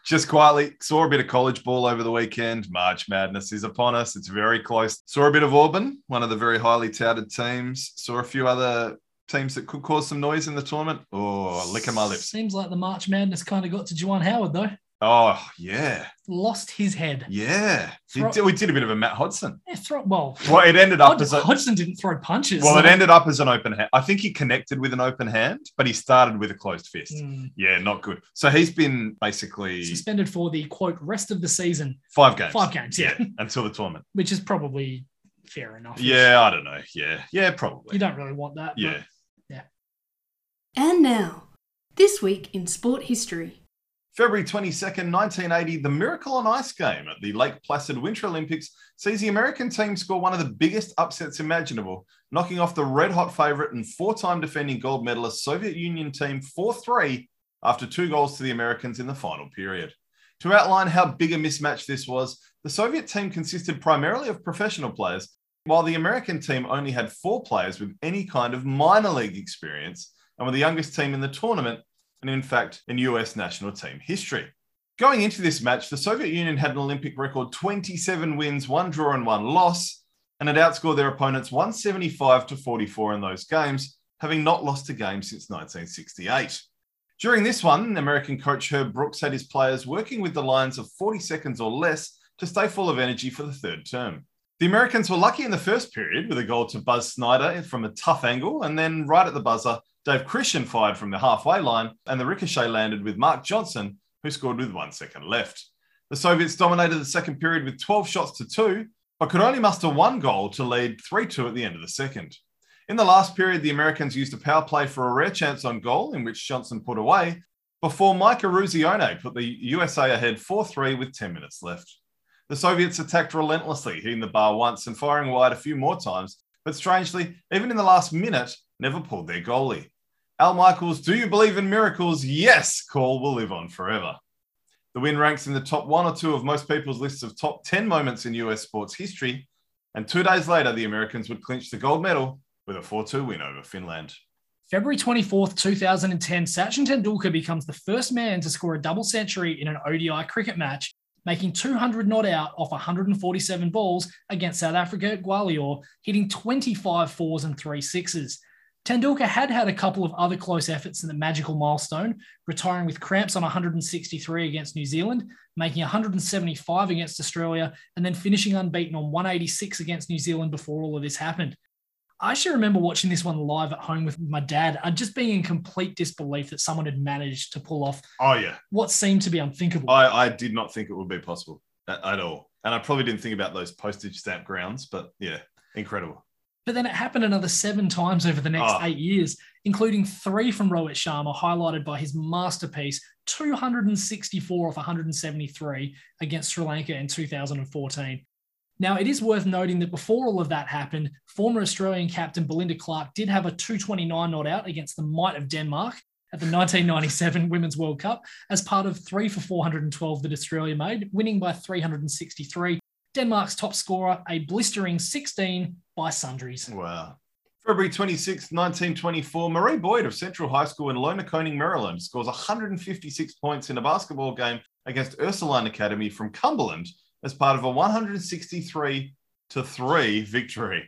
Just quietly saw a bit of college ball over the weekend. March Madness is upon us. It's very close. Saw a bit of Auburn, one of the very highly touted teams. Saw a few other teams that could cause some noise in the tournament. Oh, lick of my lips.
Seems like the March Madness kind of got to Juwan Howard, though.
Oh, yeah.
Lost his head.
Yeah. We
Throw-
did- we did a bit of a Matt Hodson.
Yeah, throw, well,
Well, it ended up as a,
Hodgson didn't throw punches.
well, it
so-
ended up as an open hand. I think he connected with an open hand, but he started with a closed fist.
Mm.
Yeah, not good. So he's been basically
suspended for the quote rest of the season,
five games.
five games, yeah,
until the tournament.
which is probably fair enough.
Yeah, I don't know. Yeah, yeah, probably.
you don't really want that. but
yeah.
And now, this week in sport history.
February 22nd, 1980, the Miracle on Ice game at the Lake Placid Winter Olympics sees the American team score one of the biggest upsets imaginable, knocking off the red hot favorite and four time defending gold medalist Soviet Union team 4 3 after two goals to the Americans in the final period. To outline how big a mismatch this was, the Soviet team consisted primarily of professional players, while the American team only had four players with any kind of minor league experience and were the youngest team in the tournament and in fact in US national team history. Going into this match, the Soviet Union had an Olympic record 27 wins, one draw, and one loss, and had outscored their opponents 175 to 44 in those games, having not lost a game since 1968. During this one, American coach Herb Brooks had his players working with the lines of 40 seconds or less to stay full of energy for the third term. The Americans were lucky in the first period with a goal to Buzz Snyder from a tough angle, and then right at the buzzer, Dave Christian fired from the halfway line, and the ricochet landed with Mark Johnson, who scored with one second left. The Soviets dominated the second period with 12 shots to two, but could only muster one goal to lead 3 2 at the end of the second. In the last period, the Americans used a power play for a rare chance on goal, in which Johnson put away, before Mike Aruzione put the USA ahead 4 3 with 10 minutes left. The Soviets attacked relentlessly, hitting the bar once and firing wide a few more times, but strangely, even in the last minute, never pulled their goalie. Al Michaels, do you believe in miracles? Yes, call will live on forever. The win ranks in the top one or two of most people's lists of top 10 moments in US sports history. And two days later, the Americans would clinch the gold medal with a 4 2 win over Finland.
February 24th, 2010, Sachin Tendulkar becomes the first man to score a double century in an ODI cricket match, making 200 not out off 147 balls against South Africa at Gwalior, hitting 25 fours and three sixes. Tendulkar had had a couple of other close efforts in the magical milestone, retiring with cramps on 163 against New Zealand, making 175 against Australia, and then finishing unbeaten on 186 against New Zealand before all of this happened. I actually remember watching this one live at home with my dad and just being in complete disbelief that someone had managed to pull off
Oh, yeah.
what seemed to be unthinkable.
I, I did not think it would be possible at, at all. And I probably didn't think about those postage stamp grounds, but yeah, incredible.
But then it happened another seven times over the next
Oh.
eight years, including three from Rohit Sharma, highlighted by his masterpiece 264 off 173 against Sri Lanka in 2014. Now, it is worth noting that before all of that happened, former Australian captain Belinda Clark did have a 229 not out against the might of Denmark at the 1997 Women's World Cup as part of three for 412 that Australia made, winning by 363. Denmark's top scorer, a blistering 16 by sundries.
Wow. February 26, 1924, Marie Boyd of Central High School in Lonaconing, Maryland, scores 156 points in a basketball game against Ursuline Academy from Cumberland as part of a 163 to 3 victory.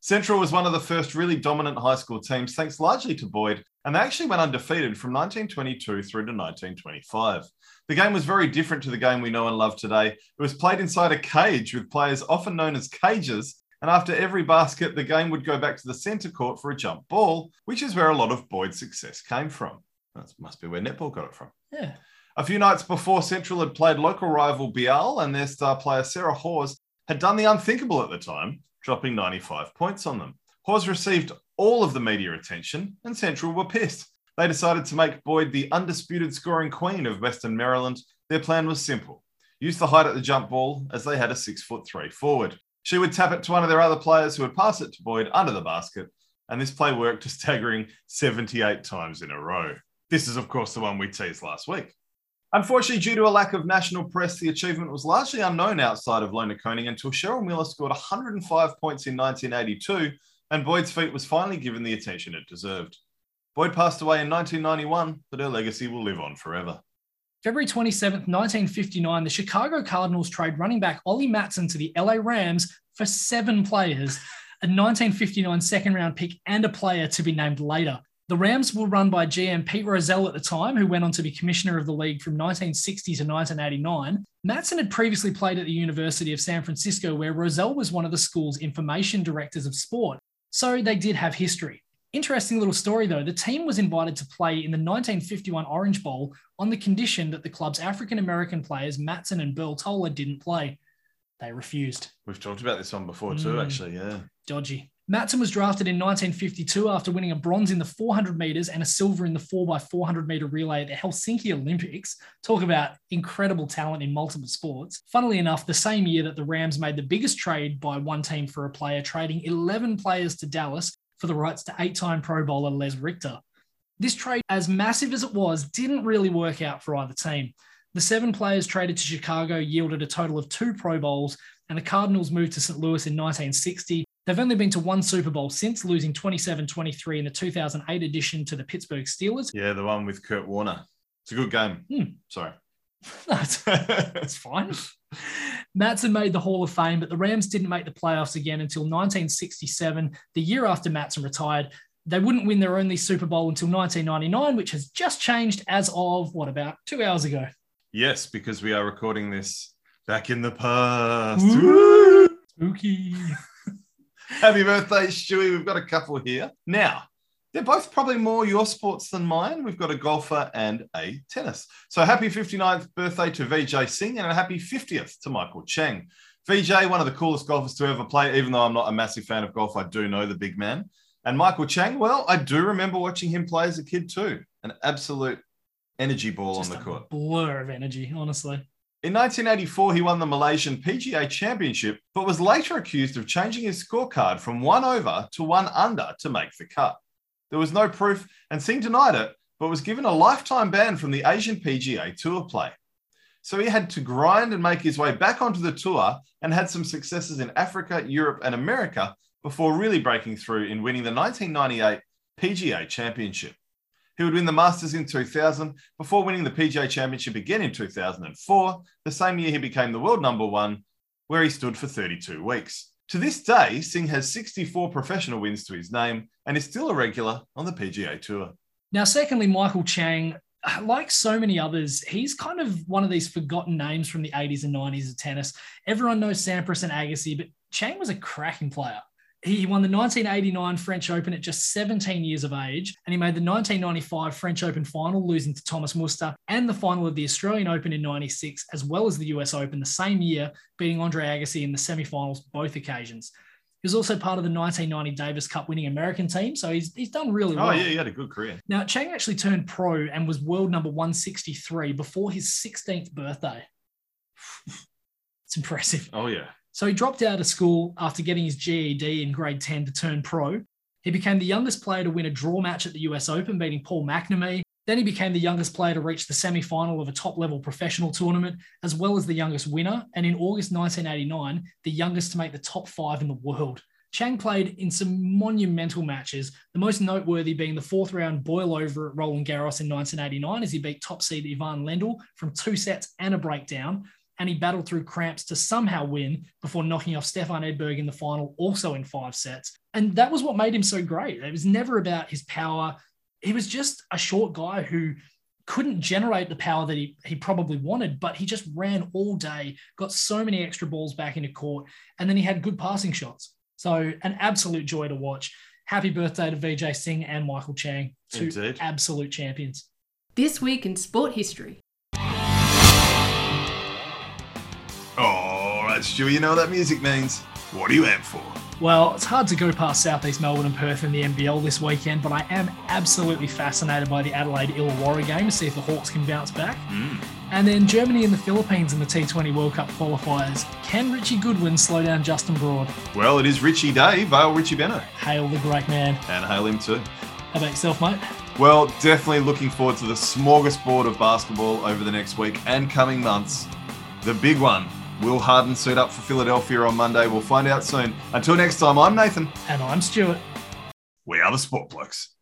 Central was one of the first really dominant high school teams, thanks largely to Boyd, and they actually went undefeated from 1922 through to 1925. The game was very different to the game we know and love today. It was played inside a cage with players often known as cages And after every basket, the game would go back to the centre court for a jump ball, which is where a lot of Boyd's success came from. That must be where netball got it from.
Yeah.
A few nights before, Central had played local rival Bial, and their star player Sarah Hawes had done the unthinkable at the time, dropping 95 points on them. Hawes received all of the media attention, and Central were pissed. They decided to make Boyd the undisputed scoring queen of Western Maryland. Their plan was simple use the height at the jump ball, as they had a six foot three forward. She would tap it to one of their other players who would pass it to Boyd under the basket, and this play worked a staggering 78 times in a row. This is, of course, the one we teased last week. Unfortunately, due to a lack of national press, the achievement was largely unknown outside of Lona Koenig until Cheryl Miller scored 105 points in 1982 and Boyd's feat was finally given the attention it deserved. Boyd passed away in 1991, but her legacy will live on forever.
February 27th, 1959, the Chicago Cardinals trade running back Ollie Matson to the LA Rams for seven players, a 1959 second round pick, and a player to be named later. The Rams were run by GM Pete Rozelle at the time, who went on to be commissioner of the league from 1960 to 1989. Matson had previously played at the University of San Francisco, where Rozelle was one of the school's information directors of sport. So they did have history. Interesting little story, though. The team was invited to play in the 1951 Orange Bowl on the condition that the club's African American players, Matson and Bertola, didn't play. They refused.
We've talked about this one before, too,
Mm.
actually. Yeah.
Dodgy. Matson was drafted in 1952 after winning a bronze in the 400 meters and a silver in the 4x400 meter relay at the Helsinki Olympics. Talk about incredible talent in multiple sports. Funnily enough, the same year that the Rams made the biggest trade by one team for a player, trading 11 players to Dallas for the rights to eight time Pro Bowler Les Richter. This trade, as massive as it was, didn't really work out for either team. The seven players traded to Chicago yielded a total of two Pro Bowls, and the Cardinals moved to St. Louis in 1960. They've only been to one Super Bowl since, losing 27 23 in the 2008 edition to the Pittsburgh Steelers.
Yeah, the one with Kurt Warner. It's a good game.
Hmm.
Sorry.
That's- That's fine. Matson made the Hall of Fame, but the Rams didn't make the playoffs again until 1967, the year after Matson retired. They wouldn't win their only Super Bowl until 1999, which has just changed as of what about two hours ago?
yes, because we are recording this back in the past.
Woo! Spooky.
Happy birthday, Stewie. We've got a couple here. Now, they're both probably more your sports than mine. We've got a golfer and a tennis. So happy 59th birthday to VJ Singh and a happy 50th to Michael Chang. VJ, one of the coolest golfers to ever play, even though I'm not a massive fan of golf, I do know the big man. And Michael Chang, well, I do remember watching him play as a kid too. An absolute energy ball
Just
on the
a
court.
Blur of energy, honestly.
In 1984, he won the Malaysian PGA Championship, but was later accused of changing his scorecard from one over to one under to make the cut. There was no proof, and Singh denied it, but was given a lifetime ban from the Asian PGA Tour play. So he had to grind and make his way back onto the tour and had some successes in Africa, Europe, and America before really breaking through in winning the 1998 PGA Championship. He would win the Masters in 2000 before winning the PGA Championship again in 2004, the same year he became the world number one, where he stood for 32 weeks. To this day, Singh has 64 professional wins to his name and is still a regular on the PGA Tour.
Now, secondly, Michael Chang, like so many others, he's kind of one of these forgotten names from the 80s and 90s of tennis. Everyone knows Sampras and Agassi, but Chang was a cracking player. He won the 1989 French Open at just 17 years of age, and he made the 1995 French Open final, losing to Thomas Muster, and the final of the Australian Open in 96, as well as the US Open the same year, beating Andre Agassi in the semifinals both occasions. He was also part of the 1990 Davis Cup winning American team, so he's, he's done really well.
Oh, yeah, he had a good career.
Now, Chang actually turned pro and was world number 163 before his 16th birthday. it's impressive.
Oh, yeah.
So he dropped out of school after getting his GED in grade 10 to turn pro. He became the youngest player to win a draw match at the US Open, beating Paul McNamee. Then he became the youngest player to reach the semi-final of a top-level professional tournament, as well as the youngest winner, and in August 1989, the youngest to make the top five in the world. Chang played in some monumental matches, the most noteworthy being the fourth round boil over at Roland Garros in 1989 as he beat top seed Ivan Lendl from two sets and a breakdown, and he battled through cramps to somehow win before knocking off Stefan Edberg in the final, also in five sets. And that was what made him so great. It was never about his power. He was just a short guy who couldn't generate the power that he, he probably wanted, but he just ran all day, got so many extra balls back into court, and then he had good passing shots. So an absolute joy to watch. Happy birthday to Vijay Singh and Michael Chang, two
Indeed.
absolute champions.
This week in sport history.
All right, Stu, Oh, you know what that music means. What are you out for?
Well, it's hard to go past Southeast Melbourne and Perth in the NBL this weekend, but I am absolutely fascinated by the Adelaide Illawarra game to see if the Hawks can bounce back.
Mm.
And then Germany and the Philippines in the T20 World Cup qualifiers. Can Richie Goodwin slow down Justin Broad?
Well, it is Richie Day, Vale Richie Benno,
Hail the great man.
and hail him too.
How about yourself, mate?
Well, definitely looking forward to the smorgasbord of basketball over the next week and coming months. The big one. Will Harden suit up for Philadelphia on Monday? We'll find out soon. Until next time, I'm Nathan.
And I'm Stuart.
We are the Sport Blokes.